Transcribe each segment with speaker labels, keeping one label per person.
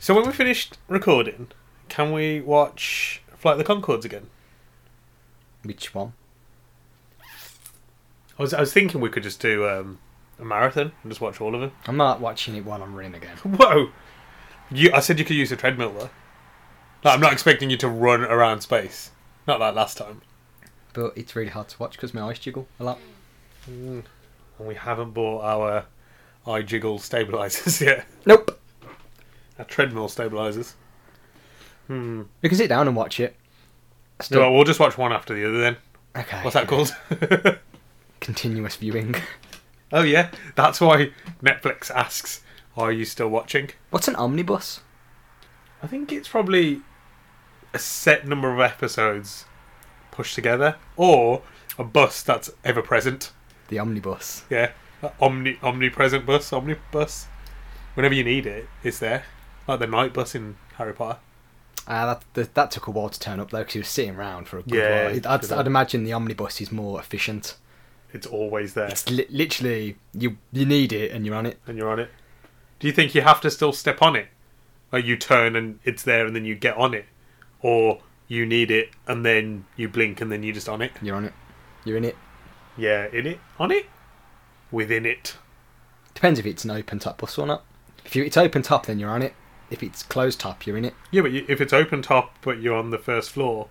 Speaker 1: So when we finished recording, can we watch Flight of the Concords again?
Speaker 2: Which one?
Speaker 1: I was, I was thinking we could just do um, a marathon and just watch all of them.
Speaker 2: I'm not watching it while I'm running again.
Speaker 1: Whoa! You, I said you could use a treadmill though. Like, I'm not expecting you to run around space. Not like last time.
Speaker 2: But it's really hard to watch because my eyes jiggle a lot.
Speaker 1: And we haven't bought our eye jiggle stabilizers yet.
Speaker 2: Nope.
Speaker 1: Our treadmill stabilizers. Hmm.
Speaker 2: We can sit down and watch it.
Speaker 1: No,
Speaker 2: Still,
Speaker 1: well, we'll just watch one after the other then.
Speaker 2: okay.
Speaker 1: What's that called?
Speaker 2: Continuous viewing.
Speaker 1: oh yeah, that's why Netflix asks, "Are you still watching?"
Speaker 2: What's an omnibus?
Speaker 1: I think it's probably a set number of episodes pushed together, or a bus that's ever present.
Speaker 2: The omnibus.
Speaker 1: Yeah, that omni omnipresent bus, omnibus. Whenever you need it, it's there. Like the night bus in Harry Potter.
Speaker 2: Uh, that, that that took a while to turn up though because he was sitting around for a good
Speaker 1: Yeah,
Speaker 2: while. I'd, I'd,
Speaker 1: good one.
Speaker 2: imagine the omnibus is more efficient.
Speaker 1: It's always there,
Speaker 2: It's li- literally you you need it and you're on it.
Speaker 1: and you're on it. Do you think you have to still step on it? Like you turn and it's there, and then you get on it, or you need it and then you blink and then you're just on it.
Speaker 2: You're on it. You're in it.
Speaker 1: Yeah, in it, on it, within it.
Speaker 2: Depends if it's an open top bus or not. If you, it's open top, then you're on it. If it's closed top, you're in it.
Speaker 1: Yeah, but you, if it's open top, but you're on the first floor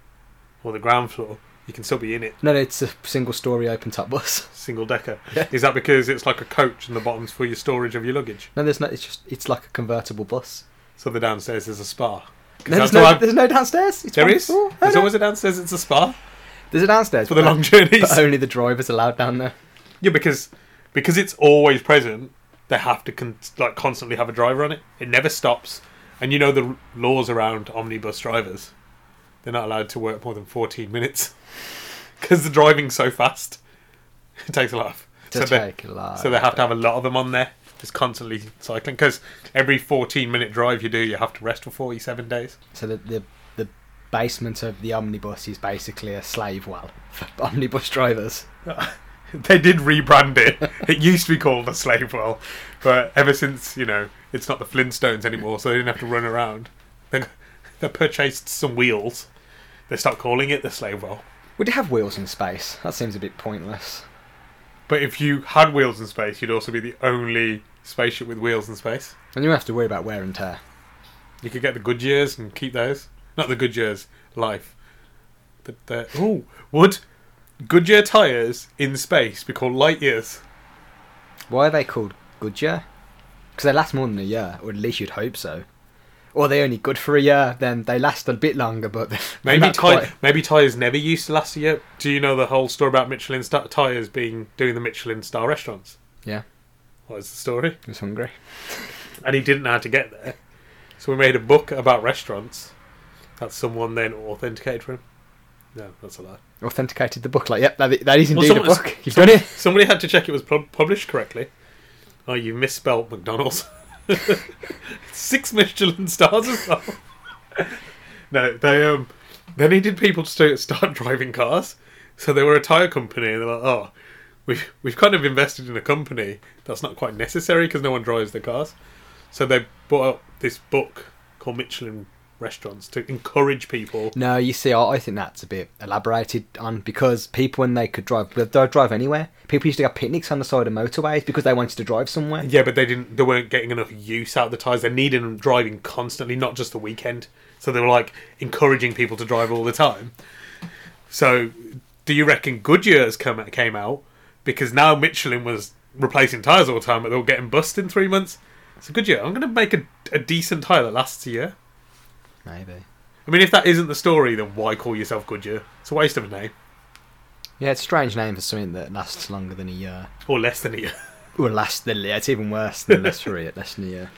Speaker 1: or the ground floor, you can still be in it.
Speaker 2: No, no it's a single story open top bus.
Speaker 1: Single decker.
Speaker 2: Yeah.
Speaker 1: Is that because it's like a coach and the bottom's for your storage of your luggage?
Speaker 2: No, there's no. It's just it's like a convertible bus.
Speaker 1: So the downstairs is a spa.
Speaker 2: No, there's
Speaker 1: That's
Speaker 2: no,
Speaker 1: what I've-
Speaker 2: there's Oh, no downstairs. It's
Speaker 1: There
Speaker 2: one
Speaker 1: is.
Speaker 2: floor. No,
Speaker 1: There's
Speaker 2: no.
Speaker 1: always a downstairs. It's a spa
Speaker 2: There's a downstairs
Speaker 1: for the
Speaker 2: but-
Speaker 1: long journeys.
Speaker 2: Uh, But only the drivers allowed down there.
Speaker 1: Yeah, because because it's always present. They have to con- like constantly have a driver on it. It never stops. And you know the r- laws around omnibus drivers. They're not allowed to work more than 14 minutes because the driving's so fast. It takes a lot. Of,
Speaker 2: To
Speaker 1: so they-
Speaker 2: take a lot.
Speaker 1: So they have to have a lot of them on there, just constantly cycling. Because every 14 minute drive you do, you have to rest for 47 days.
Speaker 2: So the, the the basement of the omnibus is basically a slave well for omnibus drivers.
Speaker 1: They did rebrand it. it used to be called the Slave Well, but ever since you know, it's not the Flintstones anymore, so they didn't have to run around. They, they purchased some wheels. They stopped calling it the Slave Well.
Speaker 2: Would it have wheels in space? That seems a bit pointless.
Speaker 1: But if you had wheels in space, you'd also be the only spaceship with wheels in space.
Speaker 2: And you have to worry about wear and tear.
Speaker 1: You could get the good years and keep those. Not the good years, life. But the ooh, would Goodyear tires in space be called light years?
Speaker 2: Why are they called Goodyear? Because they last more than a year, or at least you'd hope so. Or they're only good for a year, then they last a bit longer, but they're
Speaker 1: Maybe
Speaker 2: not
Speaker 1: ty-
Speaker 2: quite-
Speaker 1: maybe tires never used to last a year. Do you know the whole story about Michelin star tires being doing the Michelin star restaurants?
Speaker 2: Yeah,
Speaker 1: What is the story?
Speaker 2: I was hungry.
Speaker 1: And he didn't know how to get there, so we made a book about restaurants that someone then authenticated for him. No, that's a lie.
Speaker 2: Authenticated the book, like, yep, that, that is
Speaker 1: Well,
Speaker 2: indeed
Speaker 1: someone-
Speaker 2: a book. You've done it.
Speaker 1: Somebody had to check it was pub- published correctly. Oh, you misspelled McDonald's. Six Michelin stars as well. no, they um, they needed people to st- start driving cars, so they were a tire company, and they're like, oh, we've we've kind of invested in a company that's not quite necessary because no one drives their cars. So they bought up this book called Michelin Restaurants to encourage people.
Speaker 2: No, you see, I, I think that's a bit elaborated on because people, when they could drive, they'd they'd drive anywhere. People used to have picnics on the side of motorways because they wanted to drive somewhere.
Speaker 1: Yeah, but they didn't. They weren't getting enough use out of the tires. They needed them driving constantly, not just the weekend. So they were like encouraging people to drive all the time. So, do you reckon Goodyear's come came out because now Michelin was replacing tires all the time, but they were getting bust in three months? So Goodyear, I'm going to make a, a decent tire that lasts a year.
Speaker 2: Maybe.
Speaker 1: I mean, if that isn't the story, then why call yourself Goodyear? It's a waste of a name,
Speaker 2: Yeah, it's a strange name for something that lasts longer than a year.
Speaker 1: or less than a year.
Speaker 2: Well, last than yeah, it's even worse than less three at less than a year.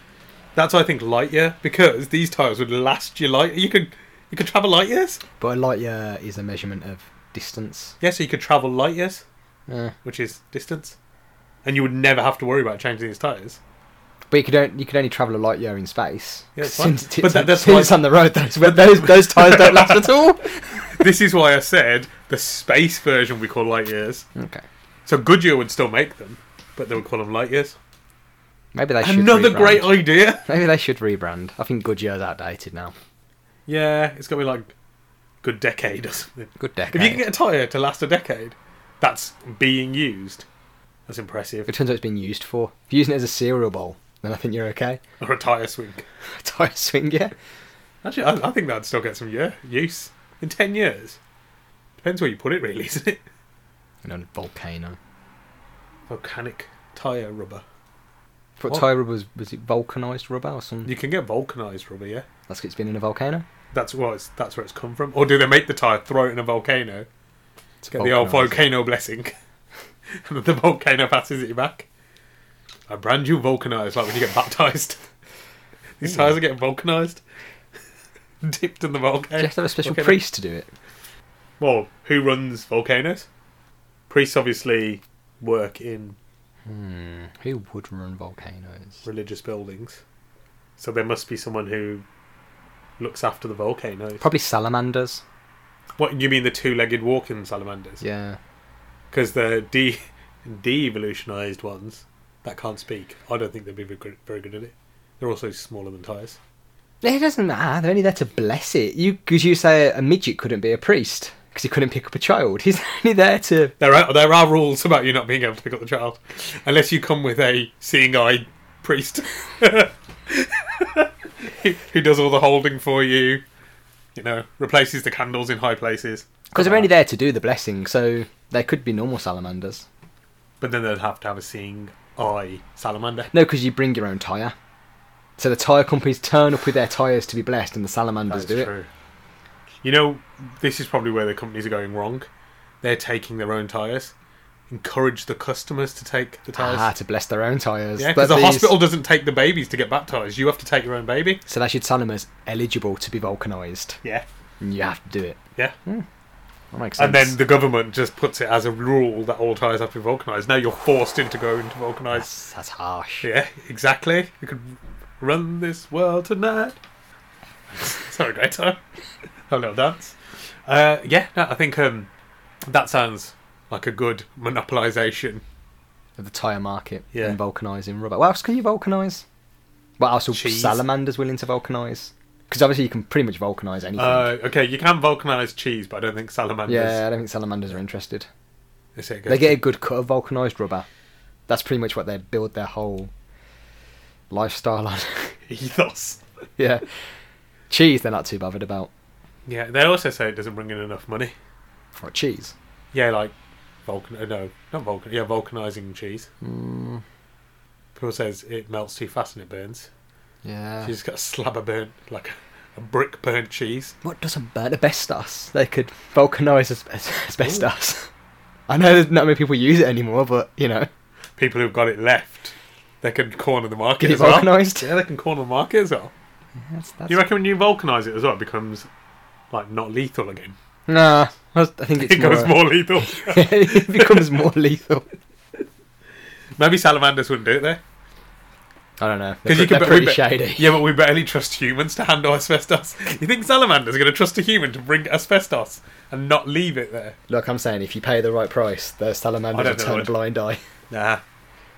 Speaker 1: That's why I think light year because these tires would last you light. You could you could travel light years.
Speaker 2: But a light year is a measurement of distance.
Speaker 1: Yeah, so you could travel light years,
Speaker 2: Uh,
Speaker 1: which is distance, and you would never have to worry about changing these tires.
Speaker 2: but you could only, you could only travel a light year in space.
Speaker 1: Yeah, it's
Speaker 2: Since
Speaker 1: fine.
Speaker 2: it's,
Speaker 1: But that- that's
Speaker 2: since it's
Speaker 1: why-
Speaker 2: on the road, those those those tires don't last at all.
Speaker 1: this is why I said the space version we call light years.
Speaker 2: Okay,
Speaker 1: So Goodyear would still make them, but they would call them light years.
Speaker 2: maybe they should
Speaker 1: Another
Speaker 2: rebrand.
Speaker 1: great idea.
Speaker 2: Maybe they should rebrand. I think Goodyear's outdated now.
Speaker 1: Yeah, it's got to be like good decade or something.
Speaker 2: Good decade.
Speaker 1: If you can get a tyre to last a decade, that's being used. That's impressive.
Speaker 2: It turns out it's been used for. If you're using it as a cereal bowl, then I think you're okay.
Speaker 1: Or a tyre swing.
Speaker 2: Tire swing, yeah.
Speaker 1: Actually, I, I think that'd still get some year, use in 10 years. Depends where you put it, really, isn't it?
Speaker 2: And a volcano.
Speaker 1: Volcanic tyre rubber.
Speaker 2: But
Speaker 1: What?
Speaker 2: tire rubber was, was it vulcanized rubber or something?
Speaker 1: You can get vulcanized rubber, yeah?
Speaker 2: That's 'cause it's been in a volcano.
Speaker 1: That's, what it's, that's where it's come from. Or do they make the tyre, throw it in a volcano,
Speaker 2: It's
Speaker 1: get the old
Speaker 2: vulcanised.
Speaker 1: volcano blessing, and then the volcano passes it back? I brand you vulcanized, like when you get baptized. These tyres are getting vulcanized, dipped in the
Speaker 2: Do
Speaker 1: volcano.
Speaker 2: you have to have a special
Speaker 1: Volcano.
Speaker 2: priest to do it?
Speaker 1: Well, who runs volcanoes? Priests obviously work in
Speaker 2: Hmm. Who would run volcanoes?
Speaker 1: religious buildings, so there must be someone who looks after the volcano.
Speaker 2: Probably salamanders.
Speaker 1: What you mean the two-legged walking salamanders?
Speaker 2: Yeah.
Speaker 1: Because the de de-evolutionized ones that can't speak. I don't think they'd be very good, very good at it. They're also smaller than tires.
Speaker 2: It doesn't matter. They're only there to bless it. You because you say a midget couldn't be a priest because he couldn't pick up a child. He's only there to.
Speaker 1: There are there are rules about you not being able to pick up the child, unless you come with a seeing eye priest who who does all the holding for you. You know, replaces the candles in high places.
Speaker 2: Because they're only there to do the blessing. So there could be normal salamanders.
Speaker 1: But then they'd have to have a seeing eye salamander.
Speaker 2: No, because you bring your own tyre. So the tyre companies turn up with their tyres to be blessed, and the salamanders do it.
Speaker 1: You know, this is probably where the companies are going wrong. They're taking their own tires. Encourage the customers to take the tires.
Speaker 2: Ah, to bless their own tyres.
Speaker 1: yeah,
Speaker 2: But
Speaker 1: because the
Speaker 2: these-
Speaker 1: hospital doesn't take the babies to get baptized. You have to take your own baby.
Speaker 2: So they should sell them as eligible to be vulcanised.
Speaker 1: Yeah.
Speaker 2: And you have to do it. Hmm.
Speaker 1: Yeah.
Speaker 2: That makes sense.
Speaker 1: And then the government just puts it as a rule that all tyres have to be vulcanised. Now you're forced into going to vulcanise.
Speaker 2: that's, that's harsh.
Speaker 1: Yeah, exactly. You could run this world tonight. Sorry, great time. Have a little dance. Uh, yeah, no, I think um, that sounds like a good monopolisation.
Speaker 2: Of the tyre market
Speaker 1: Yeah.
Speaker 2: and vulcanising rubber. What else can you vulcanise? What else are
Speaker 1: Cheese.
Speaker 2: salamanders willing to vulcanise? Because obviously you can pretty much vulcanise anything.
Speaker 1: Uh, okay, you can vulcanise cheese, but I don't think salamanders.
Speaker 2: yeah, I don't think salamanders are interested.
Speaker 1: They, say it goes
Speaker 2: They get a good cut of vulcanized rubber. That's pretty much what they build their whole lifestyle on.
Speaker 1: to ethos.
Speaker 2: yeah. Cheese, they're not too bothered about.
Speaker 1: Yeah, they also say it doesn't bring in enough money.
Speaker 2: Or cheese.
Speaker 1: Yeah, like vulcan. uh, No, not vulcan. Yeah, vulcanising cheese.
Speaker 2: Mm,
Speaker 1: People says it melts too fast and it burns.
Speaker 2: yeah.
Speaker 1: She's got a slab of burnt, like a brick burnt cheese.
Speaker 2: What doesn't burn asbestos? They could vulcanize as- as- asbestos. I know there's not many people use it anymore, but you know,
Speaker 1: People who've got it left, they can corner the market
Speaker 2: get it
Speaker 1: as well.
Speaker 2: vulcanized.
Speaker 1: Yeah, they can corner the market as well.
Speaker 2: That's, that's...
Speaker 1: Do you reckon when you vulcanise it as well, it becomes like not lethal again?
Speaker 2: Nah, I was- I think it's
Speaker 1: It
Speaker 2: more,
Speaker 1: becomes more lethal.
Speaker 2: it becomes more lethal.
Speaker 1: Maybe salamanders wouldn't do it there.
Speaker 2: I don't know.
Speaker 1: 'Cause
Speaker 2: Because
Speaker 1: you
Speaker 2: you
Speaker 1: could
Speaker 2: they're
Speaker 1: put-
Speaker 2: pretty shady.
Speaker 1: Yeah, but we barely trust humans to handle asbestos. You think salamanders are going to trust a human to bring asbestos and not leave it there?
Speaker 2: Look, I'm saying if you pay the right price, those
Speaker 1: I
Speaker 2: salamanders
Speaker 1: don't
Speaker 2: will
Speaker 1: know,
Speaker 2: turn a
Speaker 1: I'd-
Speaker 2: blind eye.
Speaker 1: Nah,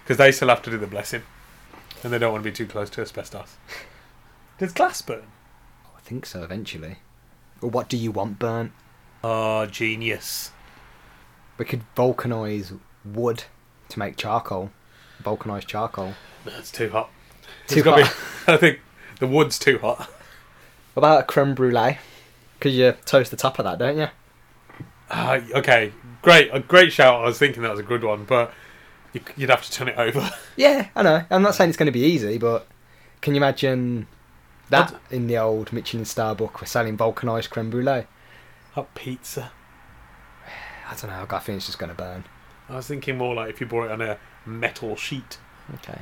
Speaker 1: because they still have to do the blessing, and they don't want to be too close to asbestos. Does glass burn?
Speaker 2: I think so eventually. Or what do you want burnt?
Speaker 1: Ah, genius.
Speaker 2: We could vulcanize wood to make charcoal. Vulcanize charcoal.
Speaker 1: That's too hot.
Speaker 2: Too
Speaker 1: It's gotta Be, I think the wood's too hot.
Speaker 2: What about a creme brulee? Because you toast the top of that, don't you?
Speaker 1: Ah, okay, great, a great shout. I was thinking that was a good one, but you, you'd have to turn it over.
Speaker 2: Yeah, I know. I'm not saying it's going to be easy, but can you imagine that in the old Michelin star book? We're selling vulcanized creme brulee.
Speaker 1: A pizza.
Speaker 2: I don't know. I got a feeling it's just going to burn.
Speaker 1: I was thinking more like if you bought it on a metal sheet.
Speaker 2: Okay.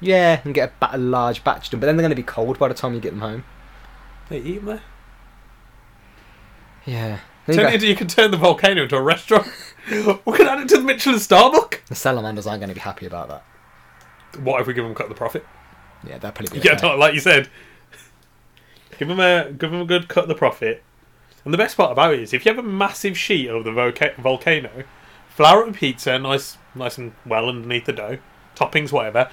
Speaker 2: Yeah, and get a, ba- a large batch done, but then they're going to be cold by the time you get them home.
Speaker 1: They eat them there.
Speaker 2: Yeah. Then you
Speaker 1: Turn
Speaker 2: go-
Speaker 1: it into, you can turn the volcano into a restaurant. we could add it to the Michelin Starbuck.
Speaker 2: the salamanders aren't going to be happy about that.
Speaker 1: What if we give them cut the profit?
Speaker 2: Yeah, they'll probably be
Speaker 1: Yeah,
Speaker 2: okay.
Speaker 1: no, like you said, give them a give them a good cut of the profit. And the best part about it is, if you have a massive sheet of the volca- volcano, flour it with pizza, nice, nice and well underneath the dough, toppings, whatever.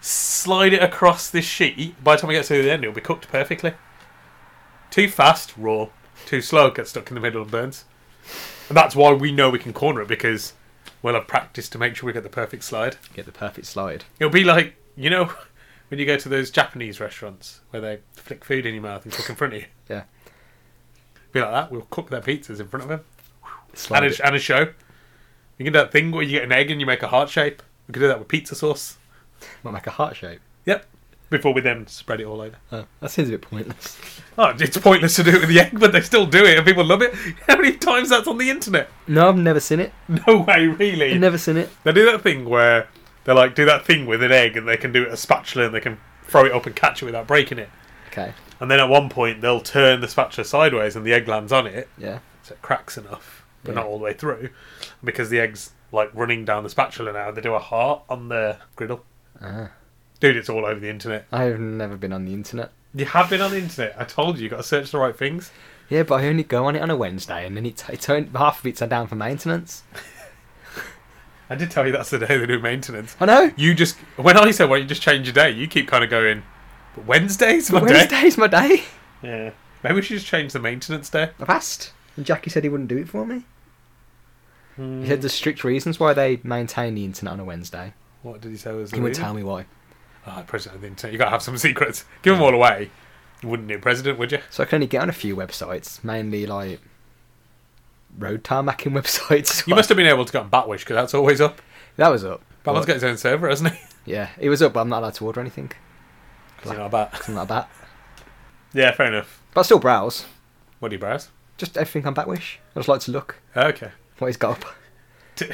Speaker 1: Slide it across this sheet. By the time it gets to the end, it'll be cooked perfectly. Too fast, raw. Too slow, gets stuck in the middle and burns. And that's why we know we can corner it because we'll have practice to make sure we get the perfect slide.
Speaker 2: Get the perfect slide.
Speaker 1: It'll be like you know when you go to those Japanese restaurants where they flick food in your mouth and cook in front of you.
Speaker 2: Yeah.
Speaker 1: Be like that. We'll cook their pizzas in front of them
Speaker 2: Slide
Speaker 1: and
Speaker 2: it.
Speaker 1: a, and a show. You can do that thing where you get an egg and you make a heart shape. We could do that with pizza sauce.
Speaker 2: Might make a heart shape.
Speaker 1: Yep. Before we then spread it all over.
Speaker 2: Oh, that seems a bit pointless.
Speaker 1: Oh, it's pointless to do it with the egg, but they still do it and people love it. How many times that's on the internet?
Speaker 2: No, I've never seen it.
Speaker 1: No way, really.
Speaker 2: I've never seen it.
Speaker 1: They do that thing where they like do that thing with an egg and they can do it with a spatula and they can throw it up and catch it without breaking it.
Speaker 2: Okay.
Speaker 1: And then at one point, they'll turn the spatula sideways and the egg lands on it,
Speaker 2: Yeah.
Speaker 1: so it cracks enough, but
Speaker 2: Yeah.
Speaker 1: not all the way through. Because the egg's like running down the spatula now, they do a heart on the griddle.
Speaker 2: Ah.
Speaker 1: Dude, it's all over the internet.
Speaker 2: I've never been on the internet.
Speaker 1: You have been on the internet. I told you, you got to search the right things.
Speaker 2: Yeah, but I only go on it on a Wednesday, and then it's, it's only, half of it's down for maintenance.
Speaker 1: I did tell you that's the day they do maintenance.
Speaker 2: I know.
Speaker 1: You just, when I said, well, you just change your day, you keep kind of going, but Wednesday's my day.
Speaker 2: Wednesday's my day.
Speaker 1: Yeah. Maybe we should just change the maintenance day.
Speaker 2: I've asked, and Jackie said he wouldn't do it for me. He said there's strict reasons why they maintain the internet on a Wednesday.
Speaker 1: What did he say was the
Speaker 2: He wouldn't
Speaker 1: reason?
Speaker 2: tell me why.
Speaker 1: Ah, president of the internet. You gotta have some secrets. Give them all away. You wouldn't need a president, would you?
Speaker 2: So I can only get on a few websites, mainly like road tarmacking websites.
Speaker 1: You must have been able to get on Batwish because that's always up.
Speaker 2: That was up.
Speaker 1: Batman's got his own server, hasn't he?
Speaker 2: Yeah, it was up, but I'm not allowed to order anything.
Speaker 1: 'Cause you know about.
Speaker 2: Something like that.
Speaker 1: Yeah, fair enough.
Speaker 2: But I still browse.
Speaker 1: What do you browse?
Speaker 2: Just everything on Backwish. I just like to look
Speaker 1: Okay.
Speaker 2: what he's got up.
Speaker 1: D-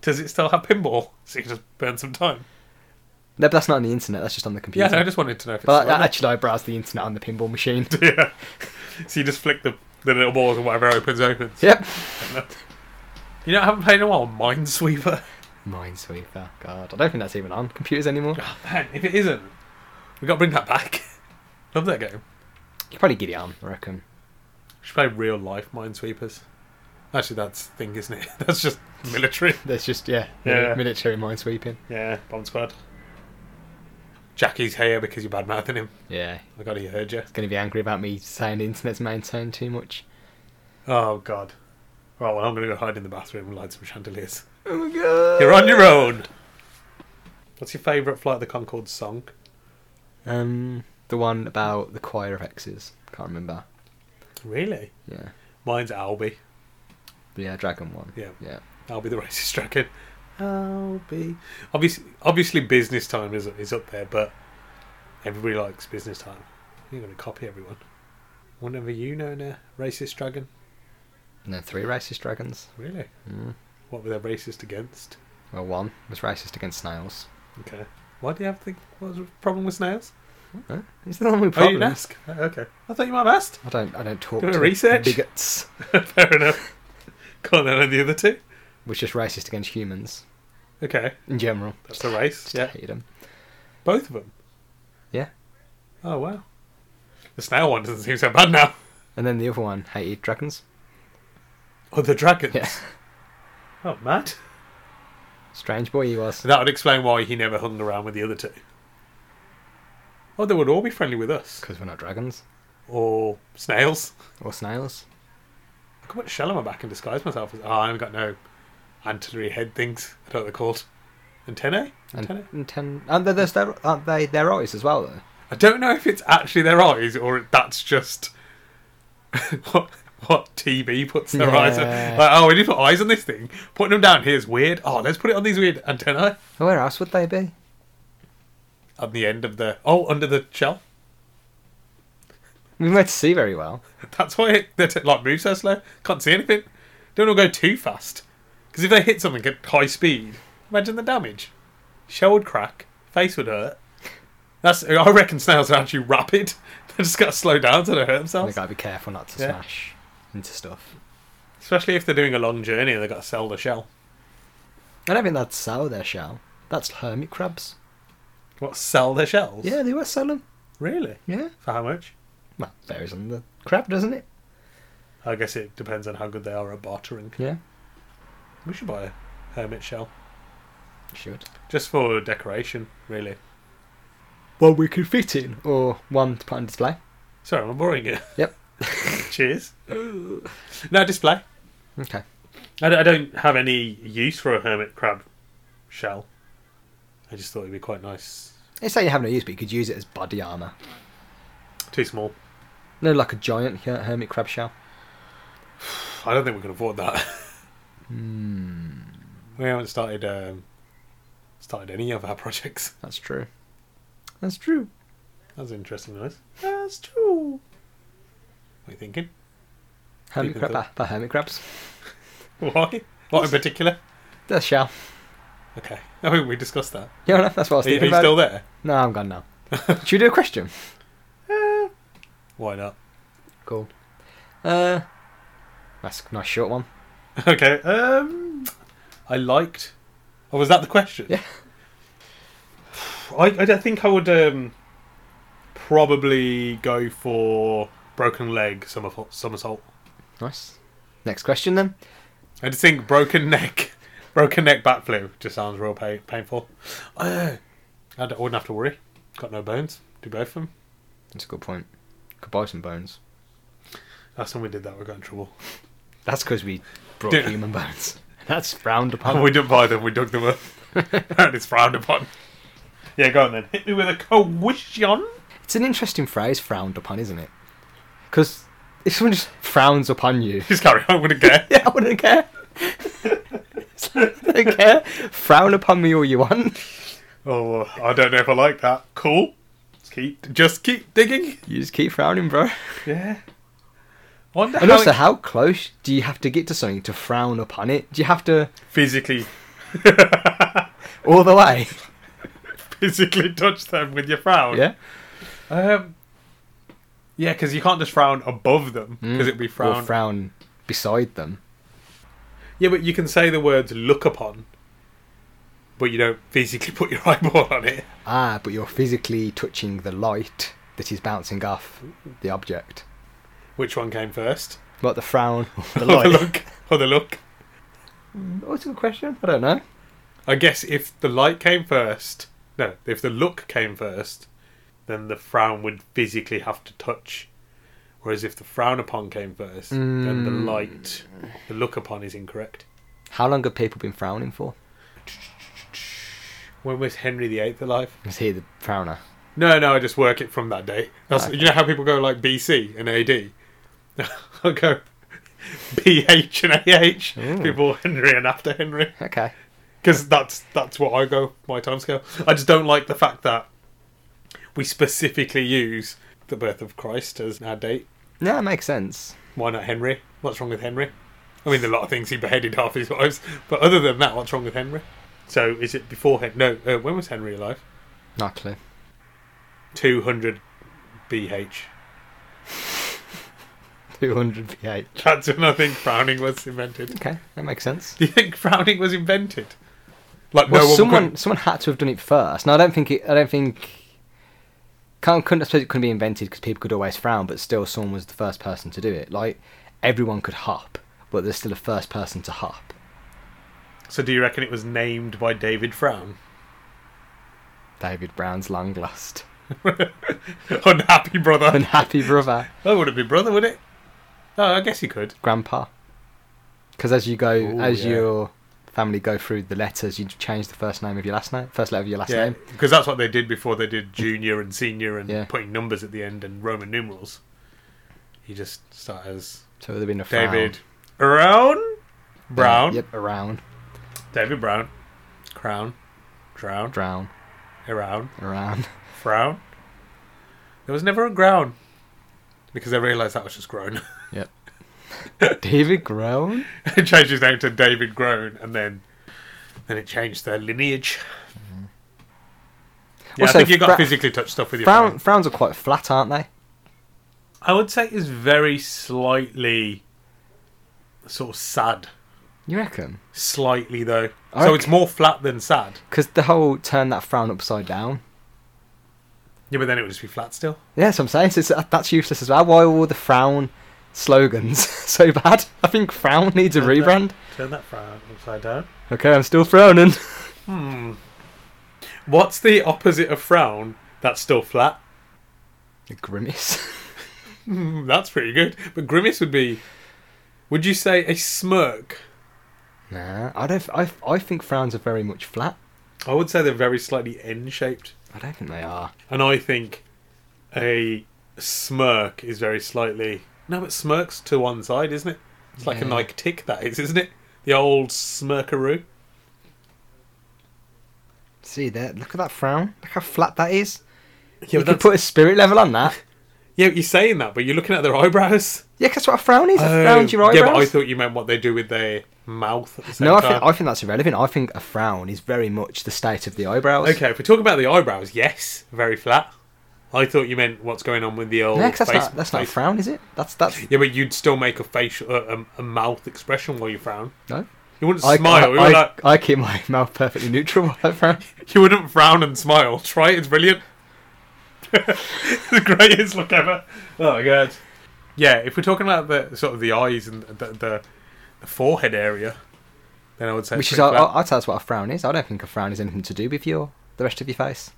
Speaker 1: does it still have pinball? So you can just burn some time.
Speaker 2: No, but that's not on the internet. That's just on the
Speaker 1: Yeah,
Speaker 2: computer.
Speaker 1: no, I just wanted to know if it's.
Speaker 2: but
Speaker 1: still on
Speaker 2: actually, I browse the internet on the pinball machine.
Speaker 1: there. yeah. So you just flick the, the little balls and whatever opens opens.
Speaker 2: yep.
Speaker 1: You know, I haven't played in a while. Minesweeper.
Speaker 2: Minesweeper. God, I don't think that's even on computers anymore.
Speaker 1: Oh, man, if it isn't, we got to bring that back. Love that game.
Speaker 2: You probably get it on, I reckon.
Speaker 1: Should play real life minesweepers. Actually, that's the thing, isn't it? That's just military.
Speaker 2: There's just yeah,
Speaker 1: Yeah.
Speaker 2: military minesweeping.
Speaker 1: Yeah, bomb squad. Jackie's here because you're bad mouthing him.
Speaker 2: Yeah,
Speaker 1: I got he heard you.
Speaker 2: he's gonna be angry about me saying the internet's maintained too much.
Speaker 1: Oh god. Well, I'm gonna go hide in the bathroom and light some chandeliers.
Speaker 2: Oh my god!
Speaker 1: You're on your own. What's your favourite Flight of the Concord song?
Speaker 2: Um, the one about the choir of exes. Can't remember.
Speaker 1: Really?
Speaker 2: Yeah,
Speaker 1: Mine's Albie.
Speaker 2: the uh, dragon one.
Speaker 1: Yeah.
Speaker 2: Yeah.
Speaker 1: Albie the racist dragon. Albie. Obviously, obviously, business time is is up there, but everybody likes business time. You're gonna copy everyone. Whenever you know now, racist dragon.
Speaker 2: And then three racist dragons.
Speaker 1: Really?
Speaker 2: Mm.
Speaker 1: What were they racist against?
Speaker 2: Well, one was racist against snails.
Speaker 1: Okay. Why do you have the what's the problem with snails?
Speaker 2: Huh? Is that the only
Speaker 1: Oh, you
Speaker 2: problem?
Speaker 1: didn't ask. Oh, Okay. I thought you might have asked.
Speaker 2: I don't. I don't talk
Speaker 1: Doing
Speaker 2: to
Speaker 1: research?
Speaker 2: bigots.
Speaker 1: Fair enough. Can't on the other two.
Speaker 2: Which just racist against humans
Speaker 1: Okay.
Speaker 2: in general.
Speaker 1: That's the race.
Speaker 2: Just
Speaker 1: Yeah.
Speaker 2: hate 'em.
Speaker 1: Both of them.
Speaker 2: Yeah.
Speaker 1: Oh, wow. The snail one doesn't seem so bad now.
Speaker 2: And then the other one hated dragons.
Speaker 1: Oh, the dragons.
Speaker 2: Yeah.
Speaker 1: Oh, mad.
Speaker 2: Strange boy he was.
Speaker 1: So that would explain why he never hung around with the other two. Oh, they would all be friendly with us.
Speaker 2: Because we're not dragons
Speaker 1: Or snails.
Speaker 2: or snails.
Speaker 1: I could put a shell on my back and disguise myself as. Oh, I haven't got no antennary head things. I don't know what they're called. Antennae?
Speaker 2: And,
Speaker 1: Antennae?
Speaker 2: and ten. And there's their, aren't they their eyes as well though?
Speaker 1: I don't know if it's actually their eyes or it- that's just what what TV puts their eyes on.
Speaker 2: Yeah.
Speaker 1: Like, oh, we need to put eyes on this thing. Putting them down here is weird. Oh, let's put it on these weird antennae
Speaker 2: Where else would they be?
Speaker 1: on the end of the oh under the shell.
Speaker 2: We might see very well.
Speaker 1: That's why it, they t- like moves so slow. Can't see anything. Don't all go too fast because if they hit something at high speed, Imagine the damage. Shell would crack, face would hurt. That's I reckon snails are actually rapid. They just got to slow down so they hurt
Speaker 2: They
Speaker 1: themselves.
Speaker 2: gotta be careful not to
Speaker 1: Yeah.
Speaker 2: smash into stuff.
Speaker 1: Especially if they're doing a long journey, they have got to sell the shell.
Speaker 2: I don't think that's sour their shell. That's hermit crabs.
Speaker 1: What sell their shells?
Speaker 2: Yeah, they were selling.
Speaker 1: really.
Speaker 2: Yeah.
Speaker 1: For how much?
Speaker 2: Well, varies on the crab, doesn't it?
Speaker 1: I guess it depends on how good they are at bartering.
Speaker 2: Yeah.
Speaker 1: We should buy a hermit shell
Speaker 2: Should.
Speaker 1: just for decoration, really.
Speaker 2: One we could fit in, or one to put on display.
Speaker 1: Sorry, I'm boring you.
Speaker 2: Yep.
Speaker 1: Cheers. No display.
Speaker 2: Okay.
Speaker 1: I don't, I don't have any use for a hermit crab shell. I just thought it'd be quite nice.
Speaker 2: It's like you have no use, but you could use it as body armor.
Speaker 1: Too small.
Speaker 2: No, like a giant her- hermit crab shell.
Speaker 1: I don't think we can afford that.
Speaker 2: Hmm.
Speaker 1: We haven't started um, started any of our projects.
Speaker 2: That's true. That's true.
Speaker 1: That's interesting, nice. That's true. What are you thinking?
Speaker 2: Hermit
Speaker 1: Deep
Speaker 2: crab,
Speaker 1: into-
Speaker 2: uh, uh, hermit crabs.
Speaker 1: Why? What in particular?
Speaker 2: The shell.
Speaker 1: Okay. I think we discussed that.
Speaker 2: Yeah, no, that's what I was
Speaker 1: Are you,
Speaker 2: thinking
Speaker 1: are you
Speaker 2: about.
Speaker 1: still there?
Speaker 2: No, I'm gone now. Should we do a question?
Speaker 1: Why not?
Speaker 2: Cool. Uh, that's a nice short one.
Speaker 1: Okay. Um, I liked. Oh, was that the question?
Speaker 2: Yeah.
Speaker 1: I, I don't think I would um, probably go for broken leg somersault. somersault.
Speaker 2: Nice. Next question then.
Speaker 1: I just think broken neck, broken neck backflip just sounds real pain, painful. Uh, I, don't- wouldn't have to worry. Got no bones. Do both of them.
Speaker 2: That's a good point. Could buy some bones.
Speaker 1: Last time we did that, we got in trouble.
Speaker 2: That's because we brought
Speaker 1: Dude.
Speaker 2: human bones. That's frowned upon.
Speaker 1: And we didn't buy them. We dug them up. and it's frowned upon. Yeah, go on then. Hit me with a question.
Speaker 2: It's an interesting phrase, frowned upon, isn't it? Because if someone just frowns upon you,
Speaker 1: Just carry on. Wouldn't care.
Speaker 2: yeah, I wouldn't care. I don't care. Frown upon me all you want.
Speaker 1: Oh, I don't know if I like that. Cool. Just keep, just keep digging.
Speaker 2: You just keep frowning, bro.
Speaker 1: Yeah. Wonder
Speaker 2: And
Speaker 1: how
Speaker 2: also,
Speaker 1: it-
Speaker 2: how close do you have to get to something to frown upon it? Do you have to
Speaker 1: physically,
Speaker 2: all the way?
Speaker 1: physically touch them with your frown.
Speaker 2: Yeah.
Speaker 1: Um. Yeah, because you can't just frown above them
Speaker 2: Mm.
Speaker 1: because Mm. it'd be
Speaker 2: Or
Speaker 1: frown.
Speaker 2: frown beside them.
Speaker 1: Yeah, but you can say the words "look upon," but you don't physically put your eyeball on it.
Speaker 2: Ah, but you're physically touching the light that is bouncing off the object.
Speaker 1: Which one came first?
Speaker 2: What the frown? The
Speaker 1: Or the
Speaker 2: light.
Speaker 1: look. Or the look.
Speaker 2: What's the question? I don't know.
Speaker 1: I guess if the light came first, no, if the look came first, then the frown would physically have to touch. Whereas if the frown upon came first, then the
Speaker 2: Mm.
Speaker 1: light, the look upon is incorrect.
Speaker 2: How long have people been frowning for?
Speaker 1: When was Henry VIII alive?
Speaker 2: Was he the frowner?
Speaker 1: No, no, I just work it from that date. That's,
Speaker 2: Okay.
Speaker 1: You know how people go like BC and AD? I'll go BH and AH
Speaker 2: Ooh.
Speaker 1: before Henry and after Henry.
Speaker 2: Okay.
Speaker 1: because that's that's what I go my timescale. I just don't like the fact that we specifically use the birth of Christ as our date.
Speaker 2: Yeah, that makes sense.
Speaker 1: Why not Henry? What's wrong with Henry? I mean, there are a lot of things he beheaded half his wives, but other than that, what's wrong with Henry? So is it before Henry? No, uh, when was Henry alive?
Speaker 2: Not clear.
Speaker 1: Two hundred BH.
Speaker 2: 200 VH.
Speaker 1: That's when I think frowning was invented.
Speaker 2: Okay, that makes sense.
Speaker 1: Do you think frowning was invented? Like
Speaker 2: Well,
Speaker 1: no one
Speaker 2: someone
Speaker 1: could-
Speaker 2: someone had to have done it first. Now, I don't think it. I don't think. Can't couldn't I suppose it couldn't be invented because people could always frown, but still, someone was the first person to do it. Like everyone could hop, but there's still a first person to hop.
Speaker 1: So do you reckon it was named by David Frown?
Speaker 2: David Brown's long lost
Speaker 1: Unhappy brother.
Speaker 2: unhappy brother,
Speaker 1: That wouldn't be brother, would it? No, I guess he could.
Speaker 2: grandpa. Because as you go,
Speaker 1: Ooh,
Speaker 2: as
Speaker 1: yeah.
Speaker 2: your family go through the letters, you change the first name of your last name, first letter of your last
Speaker 1: yeah,
Speaker 2: name.
Speaker 1: because that's what they did before they did junior and senior and
Speaker 2: Yeah.
Speaker 1: putting numbers at the end and Roman numerals. You just start as
Speaker 2: So there'd have been a frown.
Speaker 1: David Brown, Brown,
Speaker 2: Yep, around,
Speaker 1: David Brown, Crown, Drown,
Speaker 2: drown,
Speaker 1: Around,
Speaker 2: around.
Speaker 1: Frown. There was never a ground because they realised that was just grown.
Speaker 2: David Grown.
Speaker 1: They changed his name to David Grown and then Then it changed their lineage. Yeah,
Speaker 2: Also,
Speaker 1: I think you got
Speaker 2: fra-
Speaker 1: physically touched stuff with your
Speaker 2: Frown,
Speaker 1: frown.
Speaker 2: frowns are quite flat, aren't they?
Speaker 1: I would say it's very slightly sort of sad.
Speaker 2: You reckon?
Speaker 1: Slightly though,
Speaker 2: I
Speaker 1: so
Speaker 2: rec-
Speaker 1: it's more flat than sad.
Speaker 2: Because the whole turn that frown upside down.
Speaker 1: Yeah, but then it would just be flat still.
Speaker 2: Yeah, that's what I'm saying. So it's- uh, that's useless as well. Why are all the frown slogans so bad? I think frown needs a
Speaker 1: Turn that-
Speaker 2: rebrand.
Speaker 1: Turn that frown upside down.
Speaker 2: Okay, I'm still frowning.
Speaker 1: Hmm. What's the opposite of frown that's still flat?
Speaker 2: A grimace.
Speaker 1: Hmm, that's pretty good. But grimace would be. Would you say a smirk?
Speaker 2: Nah, I don't. I, I think frowns are very much flat.
Speaker 1: I would say they're very slightly N shaped.
Speaker 2: I don't think they are.
Speaker 1: And I think a smirk is very slightly. No, but smirk's to one side, isn't it? It's like a
Speaker 2: Yeah.
Speaker 1: Nike tick, that is, isn't it? The old smirkaroo.
Speaker 2: See there? Look at that frown. Look how flat that is.
Speaker 1: Yeah,
Speaker 2: you
Speaker 1: but
Speaker 2: could
Speaker 1: that's,
Speaker 2: put a spirit level on that.
Speaker 1: yeah, you're saying that, but you're looking at their eyebrows.
Speaker 2: Yeah, 'cause that's what a frown is.
Speaker 1: Oh,
Speaker 2: a frown's your
Speaker 1: Yeah, but I
Speaker 2: eyebrows.
Speaker 1: thought you meant what they do with their mouth at the same
Speaker 2: no, I
Speaker 1: time.
Speaker 2: think I think that's irrelevant. I think a frown is very much the state of the eyebrows.
Speaker 1: Okay, if we talk about the eyebrows, yes, very flat. I thought you meant what's going on with the old
Speaker 2: Yeah, 'cause that's
Speaker 1: face.
Speaker 2: not that's not a
Speaker 1: face-
Speaker 2: frown, is it? That's that's
Speaker 1: Yeah, but you'd still make a facial, a, a, a mouth expression while you frown.
Speaker 2: no.
Speaker 1: You wouldn't
Speaker 2: I,
Speaker 1: smile. you,
Speaker 2: I, I,
Speaker 1: were like,
Speaker 2: I keep my mouth perfectly neutral while I frown.
Speaker 1: you wouldn't frown and smile. Try it. It's brilliant. the greatest look ever. Oh my god. Yeah, if we're talking about the sort of the eyes and the the, the forehead area, then I would say
Speaker 2: Which is, uh,
Speaker 1: pretty
Speaker 2: I,
Speaker 1: flat.
Speaker 2: I, I'd say that's what a frown is. I don't think a frown has anything to do with your the rest of your face.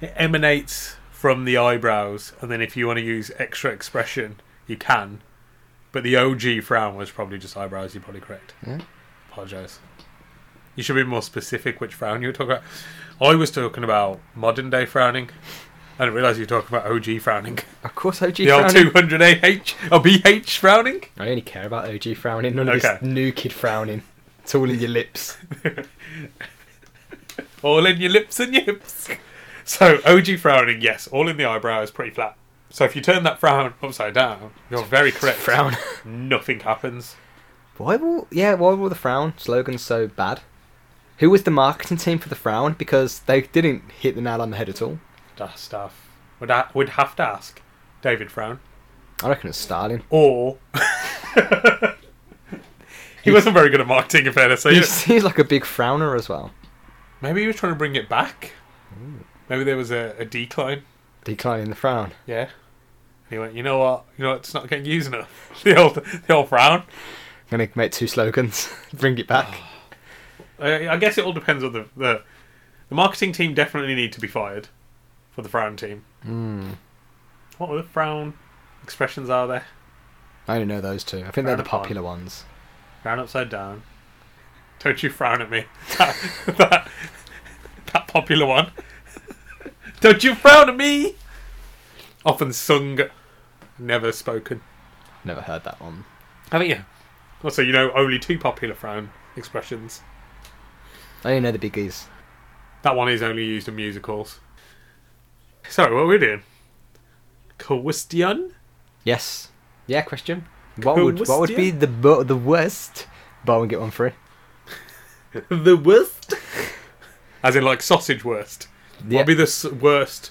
Speaker 1: it emanates from the eyebrows, and then if you want to use extra expression, you can. But the OG frown was probably just eyebrows. You're probably correct.
Speaker 2: Yeah.
Speaker 1: Apologise. You should be more specific which frown you were talking about. I was talking about modern day frowning. I didn't realise you were talking about OG frowning.
Speaker 2: Of course, OG
Speaker 1: the old
Speaker 2: E frowning.
Speaker 1: 200 AH or BH frowning.
Speaker 2: I only care about OG frowning. None of
Speaker 1: Okay.
Speaker 2: this new kid frowning. It's all in your lips.
Speaker 1: All in your lips and yips. So OG frowning, yes, all in the eyebrow is pretty flat. So if you turn that frown upside down, you're very correct.
Speaker 2: Frown.
Speaker 1: Nothing happens.
Speaker 2: Why were yeah? Why were the frown slogans so bad? Who was the marketing team for the frown? Because they didn't hit the nail on the head at all.
Speaker 1: That stuff. Would I would have to ask David Frown.
Speaker 2: I reckon it's Stalin.
Speaker 1: Or He wasn't very good at marketing in fairness, so you-
Speaker 2: He's, he's like a big frowner as well.
Speaker 1: maybe he was trying to bring it back. Maybe there was a, a decline.
Speaker 2: Declining the frown.
Speaker 1: Yeah. He went, you know what? You know what? it's not getting used enough. The old the old frown.
Speaker 2: I'm gonna make two slogans. Bring it back.
Speaker 1: I, I guess it all depends on the, the the marketing team. Definitely need to be fired for the frown team.
Speaker 2: Mm.
Speaker 1: What other frown expressions are there?
Speaker 2: I only know those two. I think they're the popular ones.
Speaker 1: Frown upside down. Don't you frown at me. That that, that popular one. Don't you frown at me. Often sung, never spoken.
Speaker 2: Never heard that one.
Speaker 1: Haven't you? Also, you know only two popular frown expressions.
Speaker 2: I only know the biggies.
Speaker 1: That one is only used in musicals. So, what are we doing? Question?
Speaker 2: Yes. Yeah. Question. What would what would be
Speaker 1: Question?
Speaker 2: the bo- the worst? But I won't get one free.
Speaker 1: the worst? As in, like, sausage worst. What
Speaker 2: Yeah.
Speaker 1: would be the s- worst?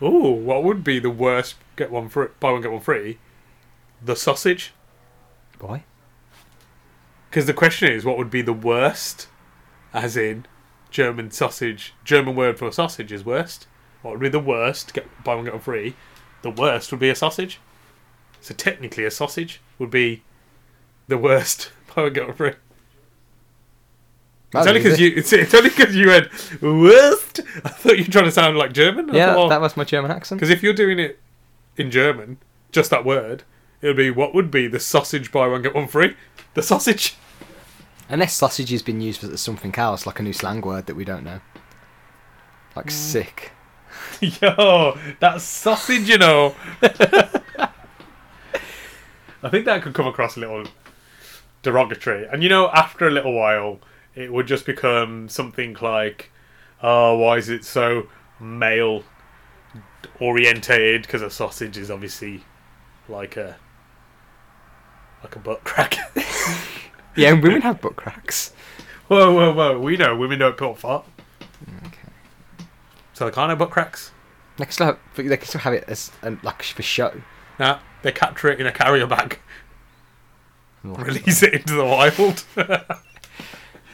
Speaker 1: Ooh, what would be the worst get one free, buy one, get one free? The sausage?
Speaker 2: Why?
Speaker 1: Because the question is, what would be the worst? As in, German sausage, German word for sausage is worst. What would be the worst? Get buy one get one free. The worst would be a sausage. So technically, a sausage would be the worst. Buy one get one free. It's
Speaker 2: That
Speaker 1: only
Speaker 2: was
Speaker 1: because
Speaker 2: easy.
Speaker 1: you. It's, it's only because you had worst. I thought you were trying to sound like German.
Speaker 2: Yeah, that, that was my German accent.
Speaker 1: Because if you're doing it in German, just that word, it would be what would be the sausage buy one get one free. The sausage.
Speaker 2: Unless sausage has been used as something else, like a new slang word that we don't know. Like
Speaker 1: Mm.
Speaker 2: sick.
Speaker 1: Yo, that sausage, you know. I think that could come across a little derogatory. And you know, after a little while, it would just become something like, oh, why is it so male orientated? Because a sausage is obviously like a. Like a butt crack.
Speaker 2: Yeah, and women have butt cracks.
Speaker 1: Whoa, whoa, whoa. We know women don't put on fart.
Speaker 2: Okay.
Speaker 1: So they can't have butt cracks.
Speaker 2: They can still have, but they can still have it as um, like for show.
Speaker 1: Nah, they capture it in a carrier bag,
Speaker 2: Like,
Speaker 1: release it into the wild.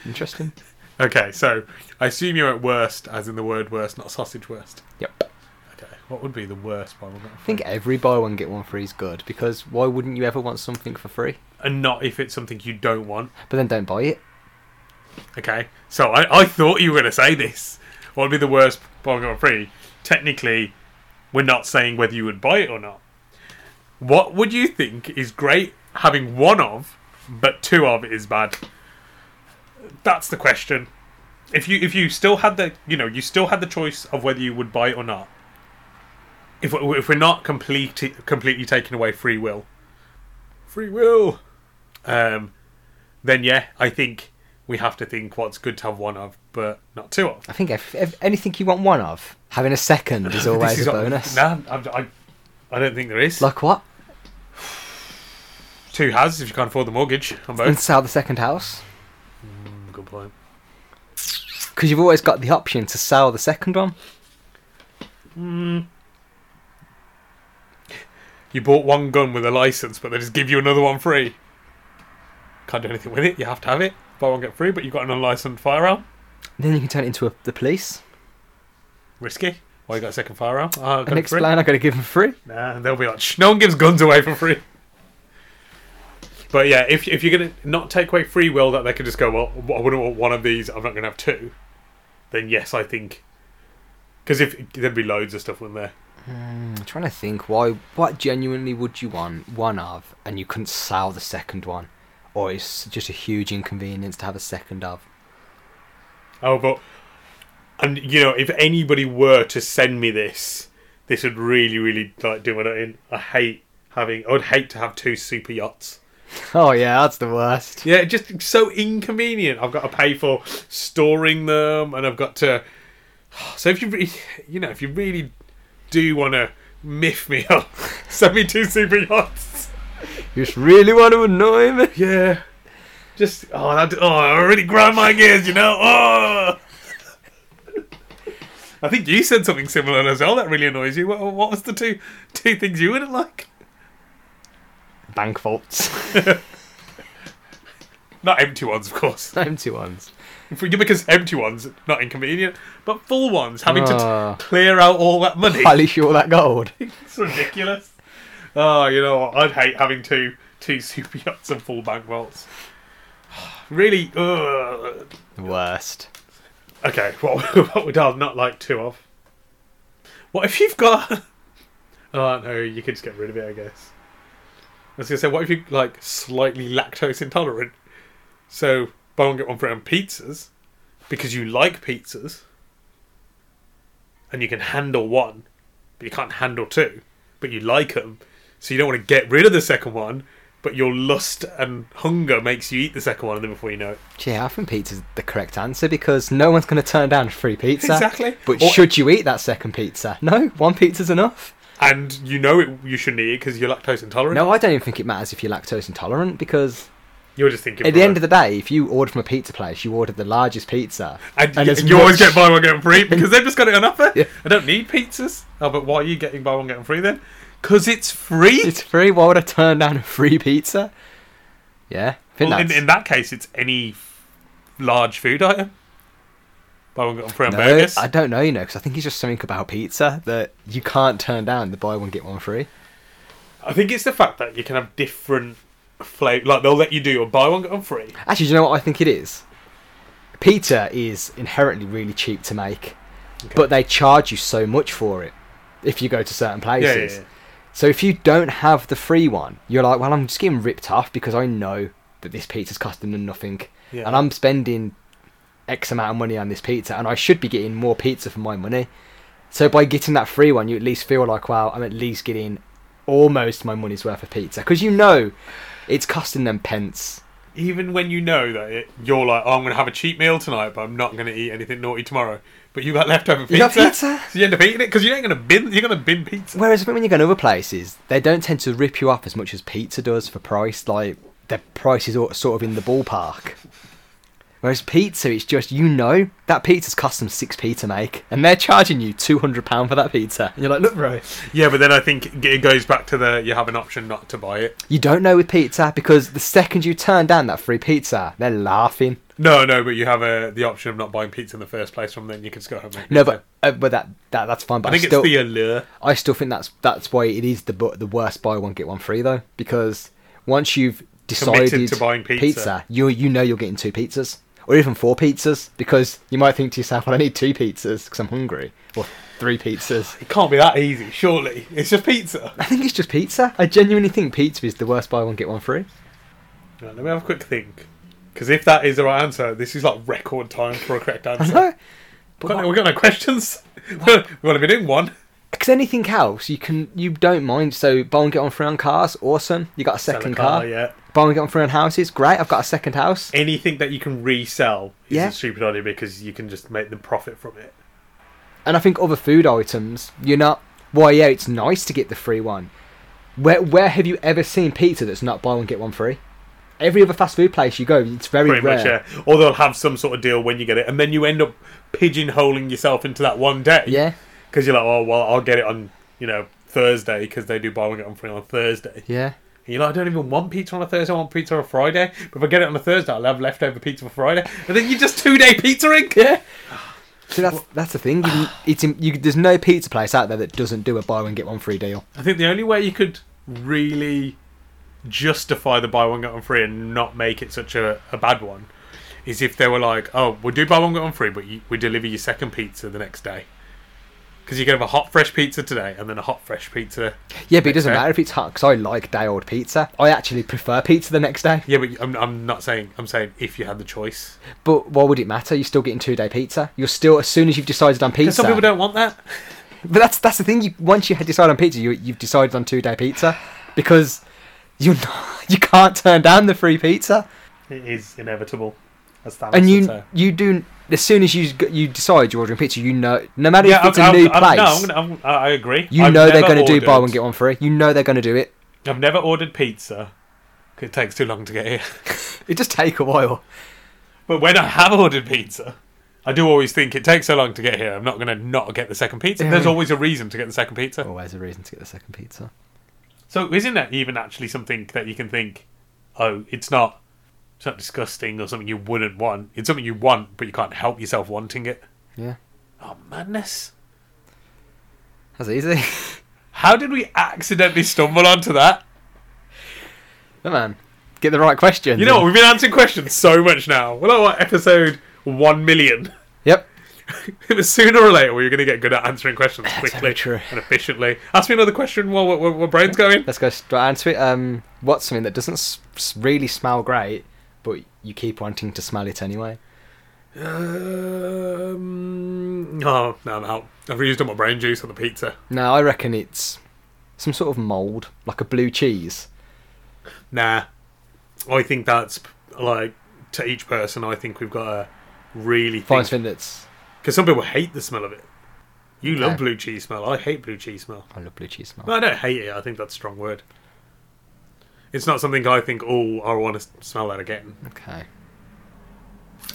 Speaker 2: Interesting.
Speaker 1: okay, so I assume you're at worst, as in the word worst, not sausage worst.
Speaker 2: Yep.
Speaker 1: Okay, what would be the worst one?
Speaker 2: I think every buy one get one free is good because why wouldn't you ever want something for free?
Speaker 1: And not if it's something you don't want.
Speaker 2: But then don't buy it.
Speaker 1: Okay, so I, I thought you were going to say this. What would be the worst Pokemon Go free? Technically, we're not saying whether you would buy it or not. What would you think is great having one of, but two of is bad? That's the question. If you if you still had the you know you still had the choice of whether you would buy it or not. If we- if we're not completely completely taking away free will, free will, um, then yeah, I think we have to think what's good to have one of, but not two of.
Speaker 2: I think if, if anything you want one of, having a second is always
Speaker 1: This is
Speaker 2: a
Speaker 1: not-
Speaker 2: bonus.
Speaker 1: Nah, I, I, I don't think there is.
Speaker 2: Like what?
Speaker 1: Two has if you can't afford the mortgage on
Speaker 2: And
Speaker 1: both.
Speaker 2: sell the second house
Speaker 1: Good point.
Speaker 2: because you've always got the option to sell the second one.
Speaker 1: You bought one gun with a license, but they just give you another one free. Can't do anything with it. You have to have it. Buy one get free, but you've got an unlicensed firearm.
Speaker 2: Then you can turn it into a, the police
Speaker 1: Risky. Why you got a second firearm? Ah,
Speaker 2: and
Speaker 1: gun free.
Speaker 2: explain. I got to give them free.
Speaker 1: Nah, they'll be like, Shh, no one gives guns away for free. But yeah, if if you're gonna not take away free will, that they could just go, well, I wouldn't want one of these. I'm not gonna have two. Then yes, I think. Because if there'd be loads of stuff, wouldn't there?
Speaker 2: I'm trying to think why. What genuinely would you want one of, and you couldn't sell the second one, or it's just a huge inconvenience to have a second of.
Speaker 1: Oh, but and you know, if anybody were to send me this, this would really, really like do my nut in. I hate having. I would hate to have two super yachts.
Speaker 2: Oh yeah, that's the worst.
Speaker 1: Yeah, just so inconvenient. I've got to pay for storing them, and I've got to. So if you, re- you know, if you really do want to miff me up, send me two super yachts.
Speaker 2: You just really want to annoy me.
Speaker 1: Yeah, just oh, that, oh, I really grind my gears, you know. Oh. I think you said something similar as well. oh, That really annoys you. What, what was the two two things you wouldn't like?
Speaker 2: Bank vaults.
Speaker 1: Not empty ones, of course.
Speaker 2: Empty ones.
Speaker 1: For you- because empty ones not inconvenient, but full ones having
Speaker 2: Ah.
Speaker 1: to t- clear out all that money.
Speaker 2: Highly sure that gold.
Speaker 1: it's ridiculous. Oh, you know what? I'd hate having two two super yachts and full bank vaults. really? Ugh.
Speaker 2: Worst.
Speaker 1: Okay, what, what would I not like two of? What if you've got? Oh no, you could just get rid of it, I guess. I was gonna say, what if you like slightly lactose intolerant? So buy one get one free on pizzas because you like pizzas, and you can handle one, but you can't handle two. But you like them, so you don't want to get rid of the second one. But your lust and hunger makes you eat the second one, and then before you know it,
Speaker 2: Yeah, I think pizza's the correct answer because no one's going to turn down free pizza.
Speaker 1: Exactly.
Speaker 2: But
Speaker 1: Or-
Speaker 2: should you eat that second pizza? No, one pizza's enough.
Speaker 1: and you know it, you shouldn't eat it because you're lactose intolerant.
Speaker 2: No, I don't even think it matters if you're lactose intolerant because
Speaker 1: You're just thinking.
Speaker 2: at the end of the day, if you order from a pizza place, you order the largest pizza.
Speaker 1: and,
Speaker 2: and
Speaker 1: y-
Speaker 2: as
Speaker 1: you always get
Speaker 2: much-
Speaker 1: buy one get one free because they've just got it on offer.
Speaker 2: Yeah.
Speaker 1: I don't need pizzas. Oh, but why are you getting buy one get one free then? Because it's free.
Speaker 2: It's free. Why would I turn down a free pizza? Yeah, I think
Speaker 1: well, in,
Speaker 2: that's-
Speaker 1: in that case, it's any f- large food item. Buy one get one free on
Speaker 2: No,
Speaker 1: burgers.
Speaker 2: I don't know, you know, because I think it's just something about pizza that you can't turn down the buy one get one free.
Speaker 1: I think it's the fact that you can have different flavor. Like they'll let you do a buy one get one free.
Speaker 2: Actually, do you know what I think it is? Pizza is inherently really cheap to make, but they charge you so much for it if you go to certain
Speaker 1: Yeah, yeah,
Speaker 2: places.
Speaker 1: yeah.
Speaker 2: So if you don't have the free one, you're like, well, I'm just getting ripped off because I know that this pizza's costing them nothing,
Speaker 1: Yeah.
Speaker 2: and I'm spending X amount of money on this pizza, and I should be getting more pizza for my money. So by getting that free one, you at least feel like, wow, I'm at least getting almost my money's worth of pizza because you know it's costing them pence.
Speaker 1: Even when you know that it, you're like, oh, I'm going to have a cheap meal tonight, but I'm not going to eat anything naughty tomorrow. But you got leftover pizza,
Speaker 2: You got pizza?
Speaker 1: so you end up eating it because you ain't going to bin. You're going to bin pizza.
Speaker 2: Whereas when you go to other places, they don't tend to rip you up as much as pizza does for price. Like their price is all- sort of in the ballpark. Whereas pizza, it's just you know that pizza's cost them six p to make, and they're charging you two hundred pound for that pizza. And you're like, look, bro,
Speaker 1: Yeah, but then I think it goes back to the you have an option not to buy it.
Speaker 2: you don't know with pizza because the second you turn down that free pizza, they're laughing.
Speaker 1: No, no, but you have a, the option of not buying pizza in the first place. From then you can just go home. and make
Speaker 2: No,
Speaker 1: pizza.
Speaker 2: but uh, but that, that that's fine. But
Speaker 1: I
Speaker 2: I,
Speaker 1: think
Speaker 2: still,
Speaker 1: it's the allure.
Speaker 2: I still think that's that's why it is the bu- the worst buy one get one free though because once you've
Speaker 1: Committed
Speaker 2: decided
Speaker 1: to buying pizza.
Speaker 2: you you know you're getting two pizzas or even four pizzas because you might think to yourself, well, I need two pizzas because I'm hungry or three pizzas.
Speaker 1: It can't be that easy, surely. It's just pizza.
Speaker 2: I think it's just pizza. I genuinely think pizza is the worst buy one get one free.
Speaker 1: Right, let me have a quick think. Because if that is the right answer, this is like record time for a correct
Speaker 2: I
Speaker 1: answer.
Speaker 2: know. But
Speaker 1: Got no- We've got no questions. We've only been in one.
Speaker 2: Because anything else, you can you don't mind. So buy and get on free on cars, awesome. You got a
Speaker 1: Selling
Speaker 2: second car.
Speaker 1: yeah.
Speaker 2: Buy and get on free on houses, great. I've got a second house.
Speaker 1: Anything that you can resell is
Speaker 2: Yeah.
Speaker 1: a stupid idea because you can just make them profit from it.
Speaker 2: And I think other food items, you're not. Well, yeah, it's nice to get the free one. Where where have you ever seen pizza that's not buy one get one free? Every other fast food place you go, it's very
Speaker 1: Pretty
Speaker 2: rare.
Speaker 1: much, yeah. Or they'll have some sort of deal when you get it, and then you end up pigeonholing yourself into that one day.
Speaker 2: yeah,
Speaker 1: Because you're like, oh, well, I'll get it on, you know, Thursday because they do buy one get one free on Thursday.
Speaker 2: yeah.
Speaker 1: And you're like, I don't even want pizza on a Thursday. I want pizza on a Friday. But if I get it on a Thursday, I'll have leftover pizza for Friday. And then you just two day pizzaing.
Speaker 2: Yeah. So that's that's the thing. You, can- it's in- you, there's no pizza place out there that doesn't do a buy one get one free deal.
Speaker 1: I think the only way you could really justify the buy one get one free and not make it such a, a bad one is if they were like, oh, we'll do buy one get one free, but you, we deliver your second pizza the next day. Because you can have a hot fresh pizza today and then a hot fresh pizza.
Speaker 2: Yeah, but it doesn't
Speaker 1: Okay.
Speaker 2: matter if it's hot because I like day old pizza. I actually prefer pizza the next day.
Speaker 1: Yeah, but I'm, I'm not saying I'm saying if you had the choice.
Speaker 2: But why would it matter? You're still getting two day pizza. You're still as soon as you've decided on pizza.
Speaker 1: Because some people don't want that.
Speaker 2: But that's that's the thing. You once you decide on pizza, you you've decided on two day pizza because you you can't turn down the free pizza,
Speaker 1: It is inevitable. As Thanos
Speaker 2: and
Speaker 1: would
Speaker 2: you
Speaker 1: say.
Speaker 2: you do as soon as you g- you decide you're ordering pizza, you know no matter if
Speaker 1: I'm-
Speaker 2: it's a
Speaker 1: I'm-
Speaker 2: new
Speaker 1: I'm-
Speaker 2: place.
Speaker 1: no, I'm gonna, I'm, I I agree.
Speaker 2: you
Speaker 1: I've
Speaker 2: know they're
Speaker 1: never
Speaker 2: going to do buy
Speaker 1: ordered-
Speaker 2: one get one free. You know they're going to do it.
Speaker 1: I've never ordered pizza. 'cause It takes too long to get here.
Speaker 2: It just take a while.
Speaker 1: But when I have ordered pizza, I do always think it takes so long to get here. I'm not going to not get the second pizza.
Speaker 2: Yeah. Oh.
Speaker 1: There's always a reason to get the second pizza.
Speaker 2: Always a reason to get the second pizza.
Speaker 1: So isn't that even actually something that you can think? Oh, it's not. It's not disgusting or something you wouldn't want. It's something you want, but you can't help yourself wanting it.
Speaker 2: Yeah,
Speaker 1: Oh madness!
Speaker 2: that's easy.
Speaker 1: How did we accidentally stumble onto that?
Speaker 2: Come on, get the right question.
Speaker 1: You know what? We've been answering questions so much now. Well, what episode one million?
Speaker 2: Yep.
Speaker 1: It was sooner or later we were going to get good at answering questions quickly
Speaker 2: very true.
Speaker 1: and efficiently. Ask me another question while while- while brain's going.
Speaker 2: Let's go straight into it. Um, what's something that doesn't s- s- really smell great, but you keep wanting to smell it anyway?
Speaker 1: Um, oh, no, I'm out. I've used up my brain juice on the pizza.
Speaker 2: No, I reckon it's some sort of mold, like a blue cheese.
Speaker 1: Nah. I think that's, like, to each person, I think we've got to really
Speaker 2: Find
Speaker 1: think.
Speaker 2: something that's.
Speaker 1: Because some people hate the smell of it. You love
Speaker 2: Okay.
Speaker 1: blue cheese smell. I hate blue cheese smell.
Speaker 2: I love blue cheese smell.
Speaker 1: No, I don't hate it. I think that's a strong word. It's not something I think, oh, I want to smell that again.
Speaker 2: Okay.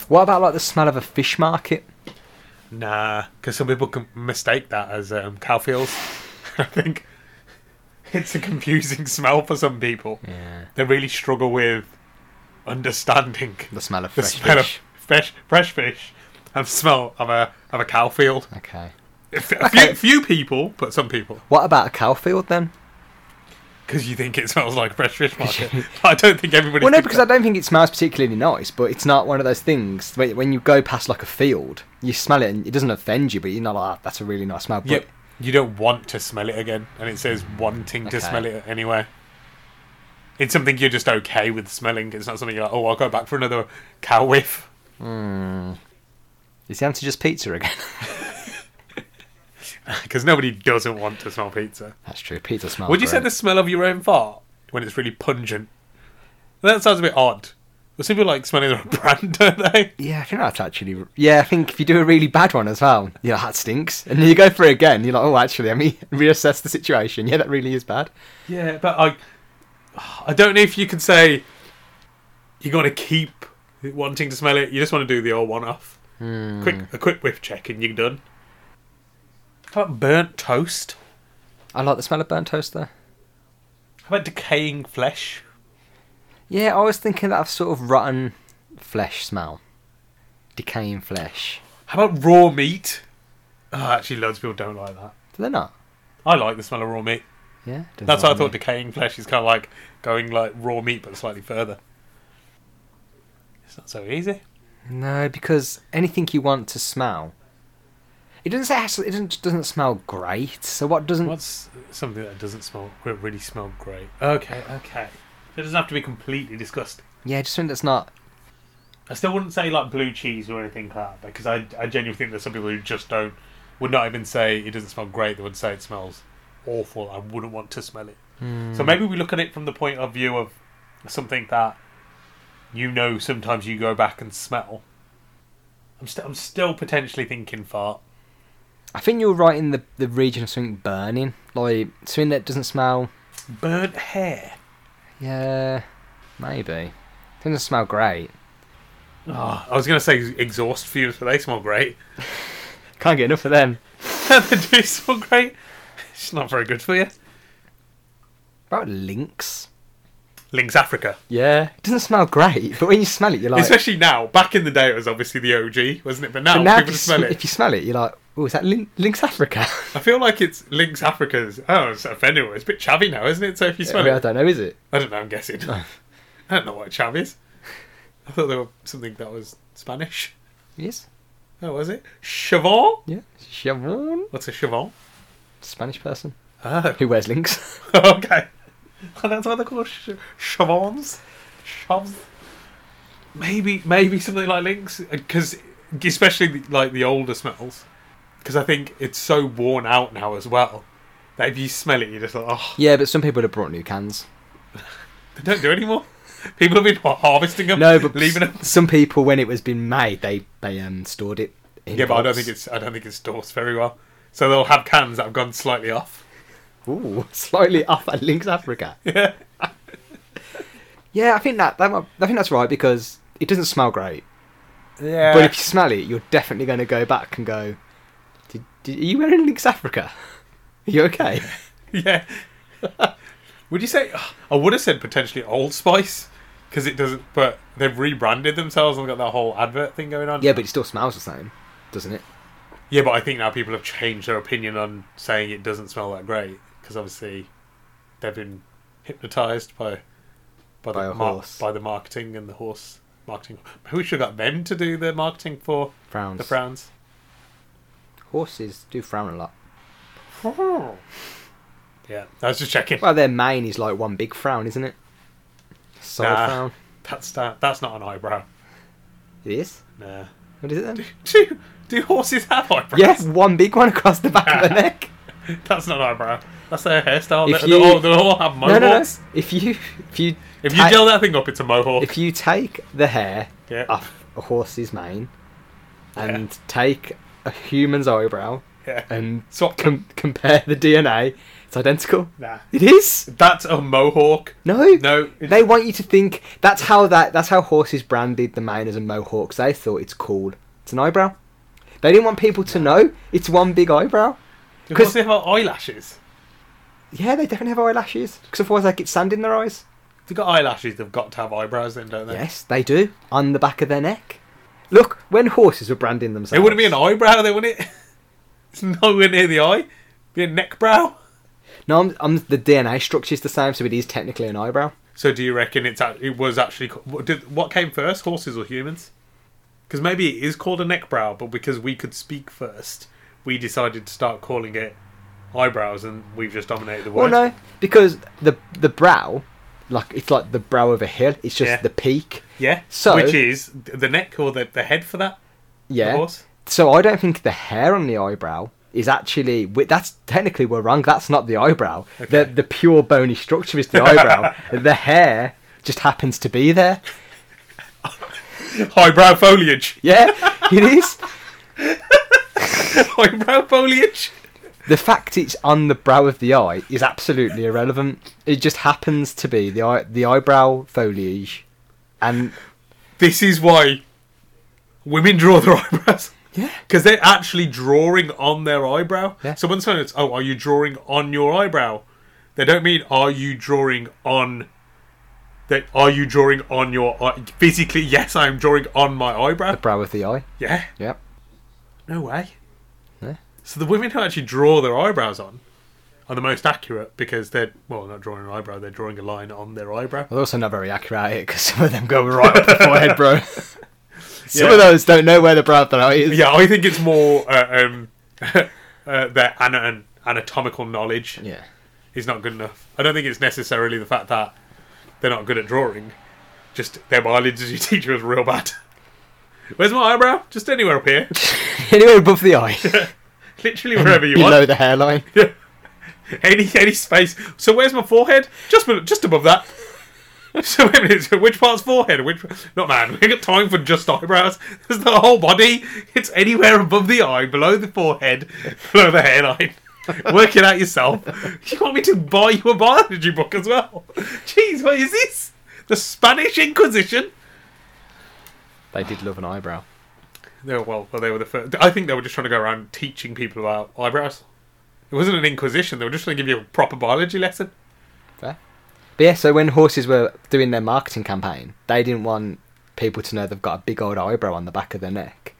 Speaker 2: What about like the smell of a fish market?
Speaker 1: Nah, because some people can mistake that as um, cow feels. I think it's a confusing smell for some people.
Speaker 2: Yeah.
Speaker 1: They really struggle with understanding
Speaker 2: The smell of
Speaker 1: the
Speaker 2: fresh
Speaker 1: smell
Speaker 2: fish.
Speaker 1: of fresh, fresh fish and smell of a of a cow field.
Speaker 2: Okay.
Speaker 1: A f- a few,
Speaker 2: Okay.
Speaker 1: few people, but some people,
Speaker 2: What about a cow field then?
Speaker 1: because you think it smells like fresh fish market. I don't think everybody.
Speaker 2: Well, no,
Speaker 1: thinks
Speaker 2: because I
Speaker 1: that.
Speaker 2: don't think it smells particularly nice, but it's not one of those things where- when you go past like a field, you smell it and it doesn't offend you, but you're not like, "Ah, that's a really nice smell. But
Speaker 1: Yep. You don't want to smell it again, and it says wanting to
Speaker 2: Okay.
Speaker 1: smell it anyway. It's something you're just okay with smelling. It's not something you're like, oh, I'll go back for another cow whiff.
Speaker 2: is the answer just pizza again?
Speaker 1: Because nobody doesn't want to smell pizza.
Speaker 2: that's true. Pizza smells.
Speaker 1: Would you say
Speaker 2: great.
Speaker 1: the smell of your own fart when it's really pungent? That sounds a bit odd. But some people like smelling their own brand, don't they?
Speaker 2: Yeah, I think that's actually. Yeah, I think if you do a really bad one as well, yeah, that stinks. And then you go for it again, you're like, oh, actually, let me reassess the situation. Yeah, that really is bad.
Speaker 1: Yeah, but I, I don't know if you could say you're gonna keep wanting to smell it. You just want to do the old one-off,
Speaker 2: Hmm.
Speaker 1: quick a quick whiff check, and you're done. How about burnt toast?
Speaker 2: I like the smell of burnt toast though.
Speaker 1: How about decaying flesh?
Speaker 2: Yeah, I was thinking that of sort of rotten flesh smell, decaying flesh.
Speaker 1: How about raw meat? Oh, actually, loads of people don't like that.
Speaker 2: Do they not?
Speaker 1: I like the smell of raw meat.
Speaker 2: Yeah. don't
Speaker 1: That's
Speaker 2: know
Speaker 1: why I
Speaker 2: what
Speaker 1: thought decaying flesh is kind of like going like raw meat, but slightly further. It's not so easy.
Speaker 2: mean. No, because anything you want to smell, it doesn't say actually. It doesn't doesn't smell great. So what doesn't?
Speaker 1: What's something that doesn't smell that really smell great? Okay, okay. It doesn't have to be completely disgusting.
Speaker 2: Yeah, just something that's not.
Speaker 1: I still wouldn't say like blue cheese or anything like that because I, I genuinely think there's some people who just don't would not even say it doesn't smell great. They would say it smells awful. I wouldn't want to smell it. So maybe we look at it from the point of view of something that you know sometimes you go back and smell. I'm still I'm still potentially thinking fart.
Speaker 2: I think you're right in the the region of something burning, like something that doesn't smell.
Speaker 1: Burnt hair.
Speaker 2: Yeah, maybe. It doesn't smell great.
Speaker 1: Oh, I was going to say exhaust fumes, but they smell great.
Speaker 2: Can't get enough of them.
Speaker 1: they do smell great. It's not very good for you.
Speaker 2: What About lynx.
Speaker 1: Lynx Africa.
Speaker 2: Yeah. It doesn't smell great, but when you smell it, you're like.
Speaker 1: Especially now. Back in the day, it was obviously the OG, wasn't it? But now,
Speaker 2: But now if
Speaker 1: people
Speaker 2: you,
Speaker 1: smell
Speaker 2: sm-
Speaker 1: it. Oh,
Speaker 2: if you smell it, you're like, oh, is that Lin- Lynx Africa?
Speaker 1: I feel like it's Lynx Africa's. Oh, it's offending. It's a bit chavvy now, isn't it? So if you
Speaker 2: I,
Speaker 1: smell
Speaker 2: mean, I
Speaker 1: it,
Speaker 2: don't know, is it?
Speaker 1: I don't know. I'm guessing.
Speaker 2: Oh.
Speaker 1: I don't know what chav is. I thought there was something that was Spanish.
Speaker 2: Yes.
Speaker 1: Oh, was it? Chavon?
Speaker 2: Yeah. Chavon.
Speaker 1: What's a chavon?
Speaker 2: Spanish person
Speaker 1: Oh,
Speaker 2: who wears links.
Speaker 1: okay. Oh, that's what they're called. sh- Chavons. Chavs. Maybe, maybe something like Lynx, because especially the, like the older smells, because I think it's so worn out now as well that if you smell it, you're just like, oh,
Speaker 2: yeah, but some people have brought new cans.
Speaker 1: they don't do it anymore. People have been what, harvesting them,
Speaker 2: No, but
Speaker 1: leaving them.
Speaker 2: s- some people, when it was being made, they they um stored it. In
Speaker 1: Yeah, but I don't
Speaker 2: vaults.
Speaker 1: think it's I don't think it stores very well. So they'll have cans that have gone slightly off.
Speaker 2: Ooh, slightly off at Lynx Africa.
Speaker 1: Yeah.
Speaker 2: Yeah, I think that, that might- I think that's right because it doesn't smell great.
Speaker 1: Yeah.
Speaker 2: But if you smell it, you're definitely going to go back and go, did, did, "Are you wearing Lynx Africa? Are you okay?"
Speaker 1: Yeah. would you say I would have said potentially Old Spice because it doesn't, but they've rebranded themselves and got that whole advert thing going on.
Speaker 2: yeah, but it still smells the same, doesn't it?
Speaker 1: yeah, but I think now people have changed their opinion on saying it doesn't smell that great because obviously they've been hypnotized by by the
Speaker 2: By a
Speaker 1: mar-
Speaker 2: horse.
Speaker 1: by the marketing and the horse marketing. Maybe we should have got them to do the marketing for
Speaker 2: Frowns.
Speaker 1: the frowns.
Speaker 2: Horses do frown a lot.
Speaker 1: Yeah, I was just checking.
Speaker 2: Well, their mane is like one big frown, isn't it? Solid
Speaker 1: Nah.
Speaker 2: frown.
Speaker 1: That's that, that's not an eyebrow.
Speaker 2: It is.
Speaker 1: Nah.
Speaker 2: What is it then?
Speaker 1: Do do horses have eyebrows?
Speaker 2: Yes, one big one across the back of the neck.
Speaker 1: That's not an eyebrow. That's their hairstyle.
Speaker 2: If
Speaker 1: They,
Speaker 2: you-
Speaker 1: they, all, they all have
Speaker 2: No, no,
Speaker 1: mohawks.
Speaker 2: no. If you, if you,
Speaker 1: If you
Speaker 2: ta-
Speaker 1: gel that thing up, it's a mohawk.
Speaker 2: if Ah. you take the hair
Speaker 1: yeah.
Speaker 2: off a horse's mane, and take a human's eyebrow
Speaker 1: yeah.
Speaker 2: and
Speaker 1: Swap them.
Speaker 2: com- compare the DNA, it's identical.
Speaker 1: Nah.
Speaker 2: It is.
Speaker 1: That's a mohawk.
Speaker 2: No.
Speaker 1: No. it-
Speaker 2: They want you to think that's how that that's how horses branded the mane as a mohawk. 'cause They thought it's cool. It's an eyebrow. They didn't want people to know it's one big eyebrow.
Speaker 1: Do
Speaker 2: 'cause-
Speaker 1: horses have eyelashes?
Speaker 2: Yeah, they definitely have eyelashes because otherwise they get sand in their eyes.
Speaker 1: If they've got eyelashes, they've got to have eyebrows then, don't they?
Speaker 2: Yes, they do on the back of their neck. Look, when horses were branding themselves,
Speaker 1: It wouldn't be an eyebrow, then, would it? it's nowhere near the eye. be a neck brow.
Speaker 2: No, I'm, I'm, the DNA structure's the same, so it is technically an eyebrow.
Speaker 1: So do you reckon it's act- it was actually ca- what, did, what came first, horses or humans? Because maybe it is called a neck brow, but because we could speak first, we decided to start calling it eyebrows, and we've just dominated the
Speaker 2: Well,
Speaker 1: word.
Speaker 2: no, because the the brow, like it's like the brow of a hill. It's just
Speaker 1: Yeah.
Speaker 2: the peak.
Speaker 1: Yeah.
Speaker 2: So-
Speaker 1: which is th- the neck or the, the head for that?
Speaker 2: Yeah.
Speaker 1: The horse.
Speaker 2: So I don't think the hair on the eyebrow is actually wi- that's technically we're wrong. That's not the eyebrow. The the pure bony structure is the eyebrow. the hair just happens to be there.
Speaker 1: Eyebrow foliage.
Speaker 2: Yeah, it is.
Speaker 1: Eyebrow foliage.
Speaker 2: The fact it's on the brow of the eye is absolutely irrelevant. It just happens to be the eye, the eyebrow foliage, and
Speaker 1: This is why women draw their eyebrows.
Speaker 2: Yeah.
Speaker 1: Because they're actually drawing on their eyebrow.
Speaker 2: Yeah.
Speaker 1: So when someone says, "Oh, are you drawing on your eyebrow?" They don't mean, "Are you drawing on?" That are you drawing on your eye? physically? Yes, I am drawing on my eyebrow.
Speaker 2: The brow of the eye.
Speaker 1: Yeah.
Speaker 2: Yep.
Speaker 1: No way.
Speaker 2: Yeah.
Speaker 1: So the women who actually draw their eyebrows on are the most accurate because they're well, not drawing an eyebrow; they're drawing a line on their eyebrow.
Speaker 2: Well, they're also not very accurate at it because some of them go right up the forehead, bro. some
Speaker 1: Yeah.
Speaker 2: of those don't know where the brow of the eye is.
Speaker 1: Yeah, I think it's more uh, um, uh, their ana- anatomical knowledge
Speaker 2: Yeah.
Speaker 1: is not good enough. I don't think it's necessarily the fact that they're not good at drawing; just their biology teacher was real bad. Where's my eyebrow? Just anywhere up here,
Speaker 2: Anywhere above the eye,
Speaker 1: literally wherever you
Speaker 2: below
Speaker 1: want.
Speaker 2: the hairline.
Speaker 1: Any any space. So where's my forehead? Just bel- just above that. So wait a minute. So which part's forehead? Which not man. We ain't got time for just eyebrows. There's the whole body. It's anywhere above the eye, below the forehead, below the hairline. Work it out yourself. You want me to buy you a biology book as well? Jeez, what is this? The Spanish Inquisition?
Speaker 2: They did love an eyebrow.
Speaker 1: No, well, well, they were the first. I think they were just trying to go around teaching people about eyebrows. It wasn't an inquisition. They were just trying to give you a proper biology lesson.
Speaker 2: Fair. But yeah, so when horses were doing their marketing campaign, they didn't want people to know they've got a big old eyebrow on the back of their neck.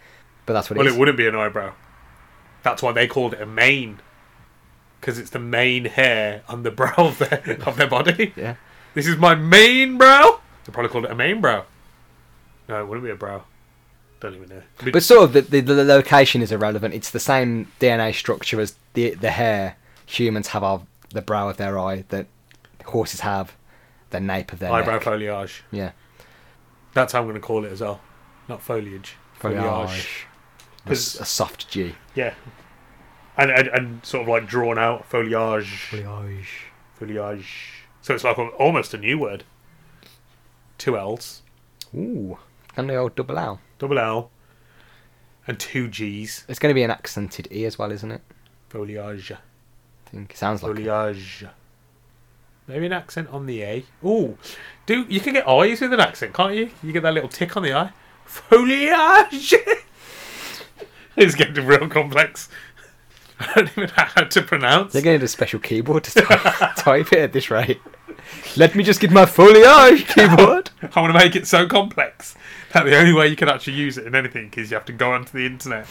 Speaker 2: But that's what
Speaker 1: Well,
Speaker 2: it is.
Speaker 1: it wouldn't be an eyebrow. That's why they called it a mane, because it's the main hair on the brow of their of their body.
Speaker 2: yeah.
Speaker 1: This is my main brow. They probably called it a main brow. No, it wouldn't be a brow. Don't even know. But,
Speaker 2: But sort of the, the, the location is irrelevant. It's the same DNA structure as the the hair humans have of the brow of their eye that horses have, the nape of their
Speaker 1: eyebrow
Speaker 2: neck.
Speaker 1: foliage.
Speaker 2: Yeah.
Speaker 1: That's how I'm going to call it as well. Not foliage. Foliage.
Speaker 2: A, s- a soft G.
Speaker 1: Yeah. And, and and sort of like drawn out foliage.
Speaker 2: Foliage.
Speaker 1: Foliage. So it's like a, almost a new word. Two L's.
Speaker 2: Ooh. And the old double L.
Speaker 1: double L, and two G's.
Speaker 2: It's going to be an accented E as well, isn't it?
Speaker 1: Foliage.
Speaker 2: I think it sounds like. it.
Speaker 1: Foliage. Maybe an accent on the A. Ooh, do you can get I's with an accent, can't you? You get that little tick on the eye. Foliage. it's getting real complex. I don't even know how to pronounce.
Speaker 2: They're going to need a special keyboard to type, type it at this rate. Let me just get my foliage keyboard.
Speaker 1: I want to make it so complex that the only way you can actually use it in anything is you have to go onto the internet,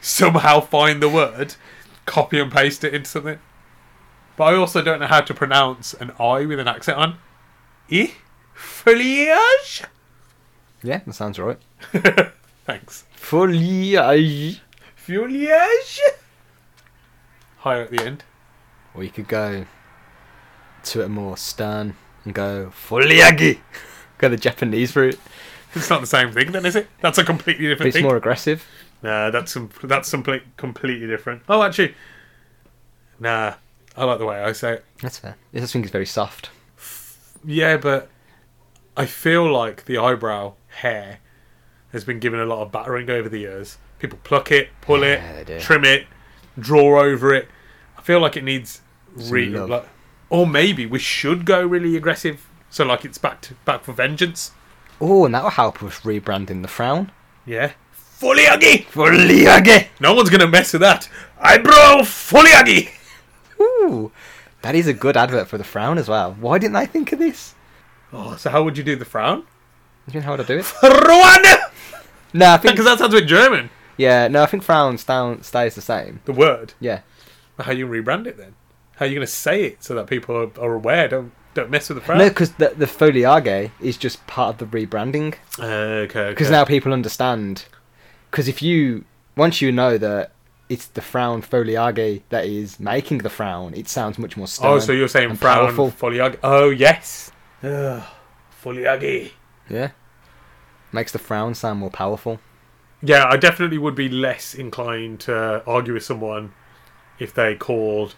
Speaker 1: somehow find the word, copy and paste it into something. But I also don't know how to pronounce an I with an accent on. E? Foliage?
Speaker 2: Yeah, that sounds right.
Speaker 1: Thanks.
Speaker 2: Foliage.
Speaker 1: Foliage? Higher at the end.
Speaker 2: Or you could go to a more stern and go foliage. Go the Japanese route.
Speaker 1: It's not the same thing, then, is it? That's a completely
Speaker 2: But
Speaker 1: different
Speaker 2: it's
Speaker 1: thing.
Speaker 2: more aggressive.
Speaker 1: Nah, that's some, that's something completely different. Oh, actually, nah. I like the way I say it.
Speaker 2: That's fair. I just think it's very soft.
Speaker 1: Yeah, but I feel like the eyebrow hair has been given a lot of battering over the years. People pluck it, pull
Speaker 2: Yeah, they
Speaker 1: it,
Speaker 2: do.
Speaker 1: trim it, draw over it. I feel like it needs
Speaker 2: Some
Speaker 1: re
Speaker 2: love.
Speaker 1: like, or maybe we should go really aggressive. So like it's back to back for vengeance.
Speaker 2: Oh, and that will help with rebranding the frown.
Speaker 1: Yeah. Foliagi!
Speaker 2: Foliage.
Speaker 1: No one's gonna mess with that. Eyebrow foliagi!
Speaker 2: Ooh, that is a good advert for the frown as well. Why didn't I think of this?
Speaker 1: Oh, so how would you do the frown?
Speaker 2: Do you know how would I do it?
Speaker 1: Ruana!
Speaker 2: No, I think
Speaker 1: Because that sounds a bit German.
Speaker 2: yeah, no, I think frown down stays the same.
Speaker 1: The word.
Speaker 2: Yeah.
Speaker 1: How you rebrand it then? How are you going to say it so that people are, are aware? Don't don't mess with the
Speaker 2: No,
Speaker 1: brand.
Speaker 2: because the, the foliage is just part of the rebranding.
Speaker 1: Uh, okay,
Speaker 2: Because now people understand. Because if you once you know that it's the frown foliage that is making the frown, it sounds much more stern.
Speaker 1: oh, so you're saying
Speaker 2: and
Speaker 1: brown
Speaker 2: powerful.
Speaker 1: foliage? Oh yes, Ugh, foliage.
Speaker 2: yeah, makes the frown sound more powerful.
Speaker 1: Yeah, I definitely would be less inclined to argue with someone if they called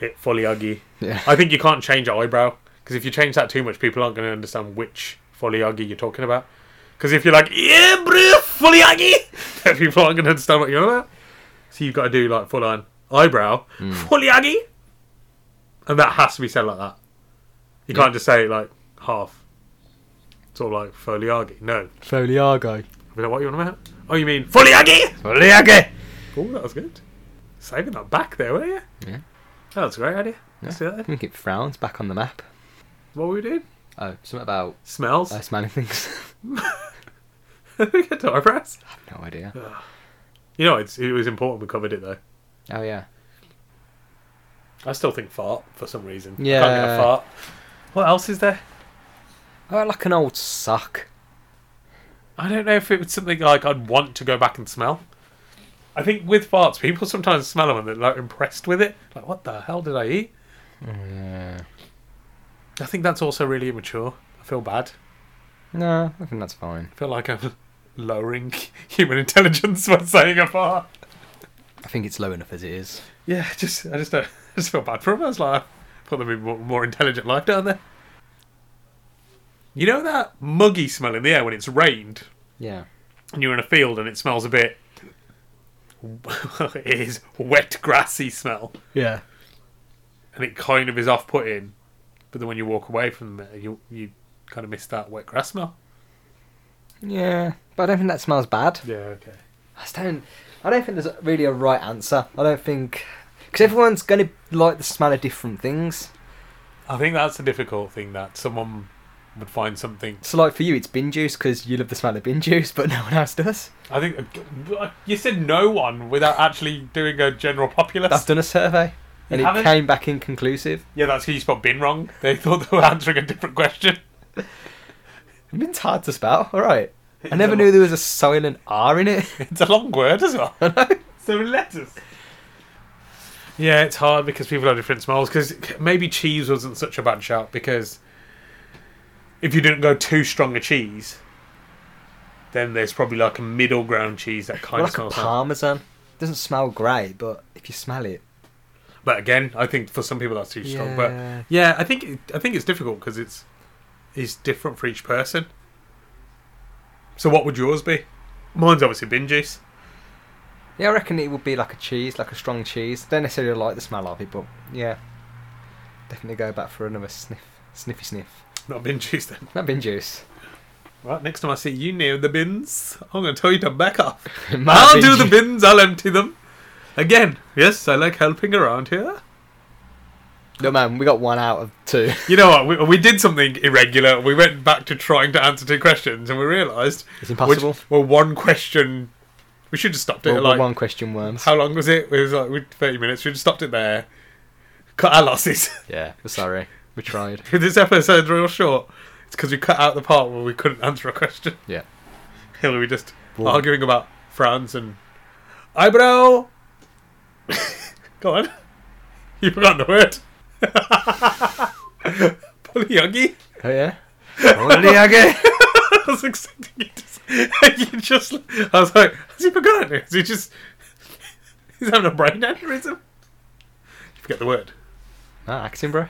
Speaker 1: it foliage.
Speaker 2: Yeah,
Speaker 1: I think you can't change eyebrow because if you change that too much, people aren't going to understand which foliage you're talking about. Because if you're like yeah, bro, foliage, then people aren't going to understand what you're on about. So you've got to do like full on eyebrow
Speaker 2: Hmm.
Speaker 1: foliage, and that has to be said like that. You can't just say it like half. sort of like foliage. No,
Speaker 2: Foliago.
Speaker 1: I mean, what you on about? Oh, you mean foliage?
Speaker 2: Foliage!
Speaker 1: Oh, that was good. Saving that back there, were you?
Speaker 2: Yeah.
Speaker 1: That was a great idea.
Speaker 2: Yeah.
Speaker 1: Let's do that
Speaker 2: I
Speaker 1: then.
Speaker 2: think it frowns back on the map.
Speaker 1: What were we doing?
Speaker 2: Oh, something about
Speaker 1: Smells.
Speaker 2: uh, smelling things.
Speaker 1: we get to eyebrows.
Speaker 2: I have no idea.
Speaker 1: You know, it's, it was important we covered it though.
Speaker 2: Oh, yeah.
Speaker 1: I still think fart for some reason. I Can't get
Speaker 2: Yeah.
Speaker 1: a fart. What else is there?
Speaker 2: Oh, like an old suck.
Speaker 1: I don't know if it was something like I'd want to go back and smell. I think with farts, people sometimes smell them and they're like impressed with it. Like, what the hell did I eat?
Speaker 2: Yeah.
Speaker 1: I think that's also really immature. I feel bad.
Speaker 2: No, I think that's fine.
Speaker 1: I feel like I'm lowering human intelligence by saying a fart.
Speaker 2: I think it's low enough as it is.
Speaker 1: Yeah, just I just don't, I just feel bad for them. I was like, put them in more, more intelligent life down there. You know that muggy smell in the air when it's rained,
Speaker 2: Yeah.
Speaker 1: and you're in a field and it smells a bit. it is wet, grassy smell,
Speaker 2: Yeah.
Speaker 1: and it kind of is off-putting. But then when you walk away from it, you you kind of miss that wet grass smell.
Speaker 2: Yeah. But I don't think that smells bad.
Speaker 1: Yeah, okay.
Speaker 2: I just don't. I don't think there's really a right answer. I don't think because everyone's going to like the smell of different things.
Speaker 1: I think that's the difficult thing that someone would find something.
Speaker 2: So, like for you, it's bin juice because you love the smell of bin juice, but no one else does.
Speaker 1: I think uh, you said no one without actually doing a general populace.
Speaker 2: I've done a survey, and
Speaker 1: You
Speaker 2: it
Speaker 1: haven't?
Speaker 2: came back inconclusive.
Speaker 1: Yeah, that's who you spelled bin wrong. They thought they were answering a different question.
Speaker 2: Bin's hard to spell. All right. I
Speaker 1: It's
Speaker 2: never
Speaker 1: a-
Speaker 2: knew there was a silent R in it.
Speaker 1: It's a long word as well. so many letters. Yeah, it's hard because people have different smells. Because maybe cheese wasn't such a bad shout because if you didn't go too strong a cheese, then there's probably like a middle ground cheese that kind
Speaker 2: Well,
Speaker 1: of
Speaker 2: like
Speaker 1: smells.
Speaker 2: a parmesan. doesn't smell great, but if you smell it,
Speaker 1: nice. But again, I think for some people that's too strong. But
Speaker 2: Yeah.
Speaker 1: Yeah, I think it, I think it's difficult because it's it's different for each person. So what would yours be? Mine's obviously bin juice.
Speaker 2: yeah, I reckon it would be like a cheese, like a strong cheese. Don't necessarily like the smell of it, but yeah, definitely go back for another sniff, sniffy sniff.
Speaker 1: Not bin juice then.
Speaker 2: Not bin juice.
Speaker 1: Right, next time I see you near the bins, I'm going to tell you to back off.
Speaker 2: Might
Speaker 1: I'll
Speaker 2: bin
Speaker 1: do the
Speaker 2: juice.
Speaker 1: bins, I'll empty them. Again, yes, I like helping around here.
Speaker 2: Look, man, we got one out of two.
Speaker 1: You know what? We, we did something irregular. We went back to trying to answer two questions and we realised.
Speaker 2: It's impossible.
Speaker 1: which- Well, one question. We should have stopped it.
Speaker 2: Well,
Speaker 1: at like,
Speaker 2: one question worms.
Speaker 1: How long was it? It was like we- 30 minutes. We just stopped it there. Cut our losses.
Speaker 2: Yeah, we're sorry. We tried.
Speaker 1: this episode's real short. It's because we cut out the part where we couldn't answer a question.
Speaker 2: Yeah.
Speaker 1: Here we were just
Speaker 2: Whoa.
Speaker 1: arguing about France and eyebrow. Go on. You forgot the word. Polyogi?
Speaker 2: Oh yeah. Only again.
Speaker 1: I was expecting you to say. You just. I was like, has he forgotten it? Is he just. He's having a brain aneurysm? You forget the word.
Speaker 2: Ah, acting, bro.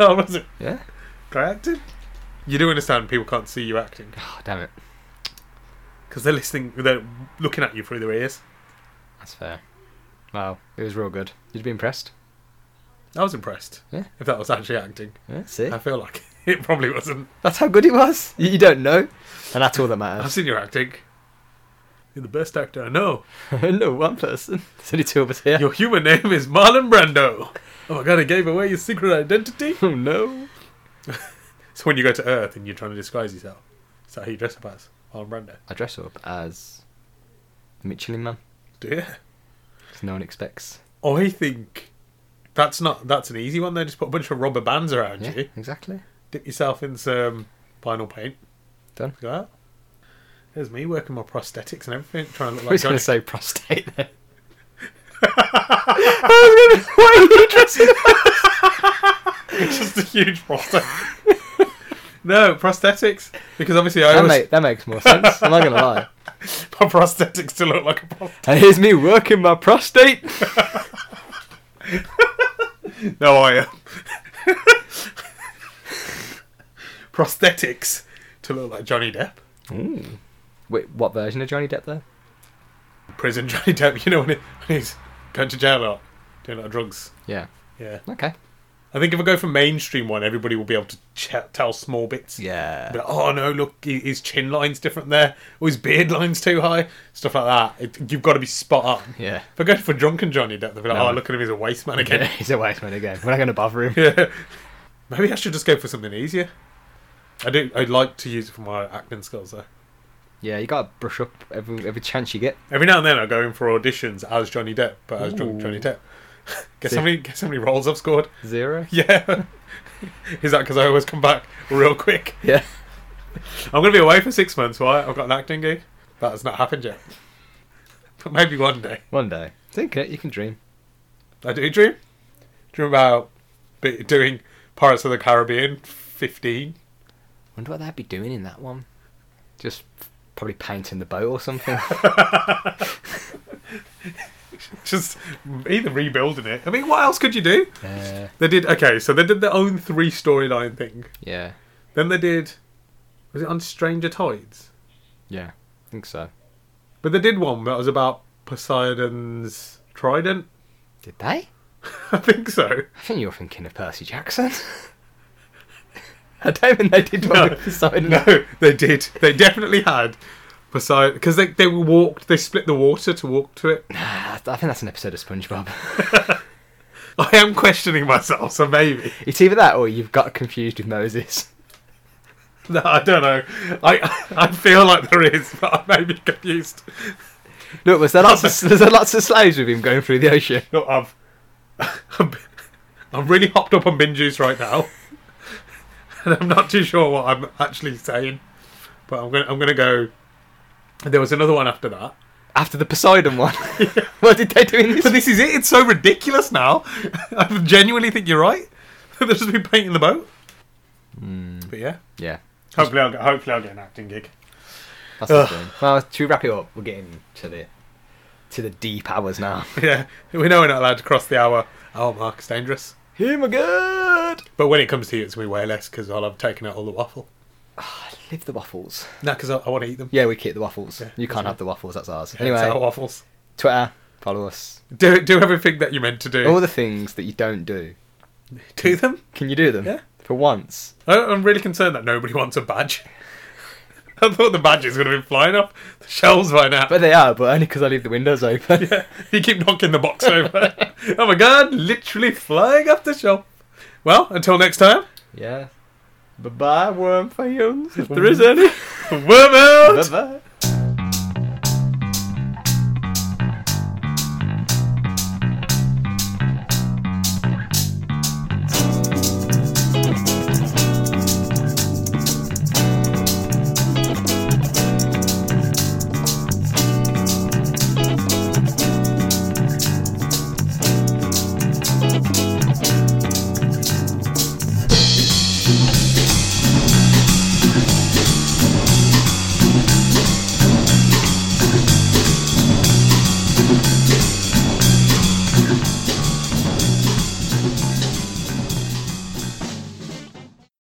Speaker 1: Oh, was it?
Speaker 2: Yeah.
Speaker 1: I acted? You do understand people can't see you acting
Speaker 2: Oh, damn it.
Speaker 1: because they're listening, they're looking at you through their ears.
Speaker 2: That's fair. Wow, it was real good. You'd be impressed.
Speaker 1: I was impressed.
Speaker 2: Yeah.
Speaker 1: If that was actually acting,
Speaker 2: Yeah, see.
Speaker 1: I feel like it probably wasn't.
Speaker 2: That's how good he was. You, you don't know, and that's all that matters.
Speaker 1: I've seen your acting. You're the best actor I know.
Speaker 2: no one person. There's only two of us here.
Speaker 1: Your human name is Marlon Brando. Oh my god, I gave away your secret identity.
Speaker 2: Oh no.
Speaker 1: So when you go to Earth and you're trying to disguise yourself, is that how you dress up as? Marlon Brando.
Speaker 2: I dress up as the Michelin Man
Speaker 1: Do you?
Speaker 2: because no one expects.
Speaker 1: I think that's not. That's an easy one. They just put a bunch of rubber bands around
Speaker 2: Yeah,
Speaker 1: you.
Speaker 2: exactly.
Speaker 1: dip yourself in some vinyl paint.
Speaker 2: Done.
Speaker 1: Look at that. There's me working my prosthetics and everything, trying to
Speaker 2: I
Speaker 1: look like
Speaker 2: was going
Speaker 1: Johnny.
Speaker 2: to say prostate then. I was gonna- Why are you dressing up?
Speaker 1: just a huge prosthetic. no prosthetics, because obviously I
Speaker 2: That,
Speaker 1: always
Speaker 2: make, that makes more sense. I'm not going to lie.
Speaker 1: my prosthetics to look like a prosthetic.
Speaker 2: And here's me working my prostate.
Speaker 1: No, I uh, am. prosthetics to look like Johnny Depp,
Speaker 2: Ooh. Wait, what version of Johnny Depp though?
Speaker 1: prison Johnny Depp. You know when, he, when he's going to jail or doing a lot of drugs.
Speaker 2: Yeah.
Speaker 1: Yeah,
Speaker 2: Okay.
Speaker 1: I think if I go for mainstream one, everybody will be able to ch- tell small bits.
Speaker 2: Yeah.
Speaker 1: Be like, oh no, look, hi- his chin line's different there, or his beard line's too high, stuff like that. It, you've got to be spot on.
Speaker 2: Yeah.
Speaker 1: If I go for Drunken Johnny, they'll be like,
Speaker 2: No.
Speaker 1: oh, look at him, he's a waste man
Speaker 2: Yeah,
Speaker 1: again.
Speaker 2: he's a waste man again. We're not going to bother him.
Speaker 1: Yeah. Maybe I should just go for something easier. I do. I'd like to use it for my acting skills though.
Speaker 2: Yeah, you got to brush up every every chance you get.
Speaker 1: Every now and then I go in for auditions as Johnny Depp, but as
Speaker 2: Ooh.
Speaker 1: drunk Johnny Depp. guess
Speaker 2: See-
Speaker 1: how many guess how many roles I've scored?
Speaker 2: Zero.
Speaker 1: Yeah. Is that because I always come back real quick?
Speaker 2: Yeah.
Speaker 1: I'm gonna be away for six months. Why? I've got an acting gig. That has not happened yet. But maybe one day.
Speaker 2: One day. Think it. You can dream.
Speaker 1: I do dream. Dream about be- doing Pirates of the Caribbean 15.
Speaker 2: Wonder what they'd be doing in that one. Just probably painting the boat or something.
Speaker 1: Just either rebuilding it. I mean, what else could you do?
Speaker 2: uh,
Speaker 1: They did okay, so they did their own three storyline thing.
Speaker 2: yeah.
Speaker 1: Then they did was it on Stranger Tides?
Speaker 2: Yeah. I think so.
Speaker 1: But they did one that was about Poseidon's trident.
Speaker 2: Did they?
Speaker 1: I think so.
Speaker 2: I think you're thinking of Percy Jackson. I don't think they did one
Speaker 1: No.
Speaker 2: with Poseidon.
Speaker 1: No, they did. They definitely had Poseidon because they they walked. They split the water to walk to it.
Speaker 2: Nah, Ah, I think that's an episode of SpongeBob.
Speaker 1: I am questioning myself, so maybe.
Speaker 2: it's either that or you've got confused with Moses.
Speaker 1: No, I don't know. I I feel like there is, but I may be confused.
Speaker 2: Look, was there lots of, was there lots of slaves with him going through the ocean?
Speaker 1: Look, I've, I'm, I'm really hopped up on bin juice right now, and I'm not too sure what I'm actually saying. But I'm gonna, I'm gonna go. There was another one after that.
Speaker 2: After the Poseidon one. what did they do in this?
Speaker 1: But this is it. It's so ridiculous now. I genuinely think you're right. They'll just be painting the boat. But yeah,
Speaker 2: Yeah.
Speaker 1: Hmm. hopefully I'll get, hopefully I'll get an acting gig.
Speaker 2: That's the thing. Well, to wrap it up, we're getting to the to the deep hours now.
Speaker 1: Yeah, we know we're not allowed to cross the hour hour mark. It's dangerous.
Speaker 2: Here my god!
Speaker 1: But when it comes to you, it's gonna be way less because I'll have taken out all the waffle.
Speaker 2: Live the waffles.
Speaker 1: No, because I, I want to eat them.
Speaker 2: Yeah, we keep the waffles.
Speaker 1: Yeah,
Speaker 2: you
Speaker 1: that's
Speaker 2: can't
Speaker 1: right.
Speaker 2: have the waffles. That's ours.
Speaker 1: It's our
Speaker 2: Anyway,
Speaker 1: waffles.
Speaker 2: Twitter, follow us.
Speaker 1: Do do everything that you meant to do.
Speaker 2: All the things that you don't do.
Speaker 1: do them.
Speaker 2: Can you do them?
Speaker 1: Yeah.
Speaker 2: For once.
Speaker 1: I, I'm really concerned that nobody wants a badge. I thought the badges would have been flying off the shelves by now.
Speaker 2: But they are, but only because I leave the windows open.
Speaker 1: Yeah, you keep knocking the box over. oh my god, literally flying off the shelf. Well, until next time,
Speaker 2: yeah. Bye bye, worm fans. If there is any.
Speaker 1: worm out.
Speaker 2: Bye bye.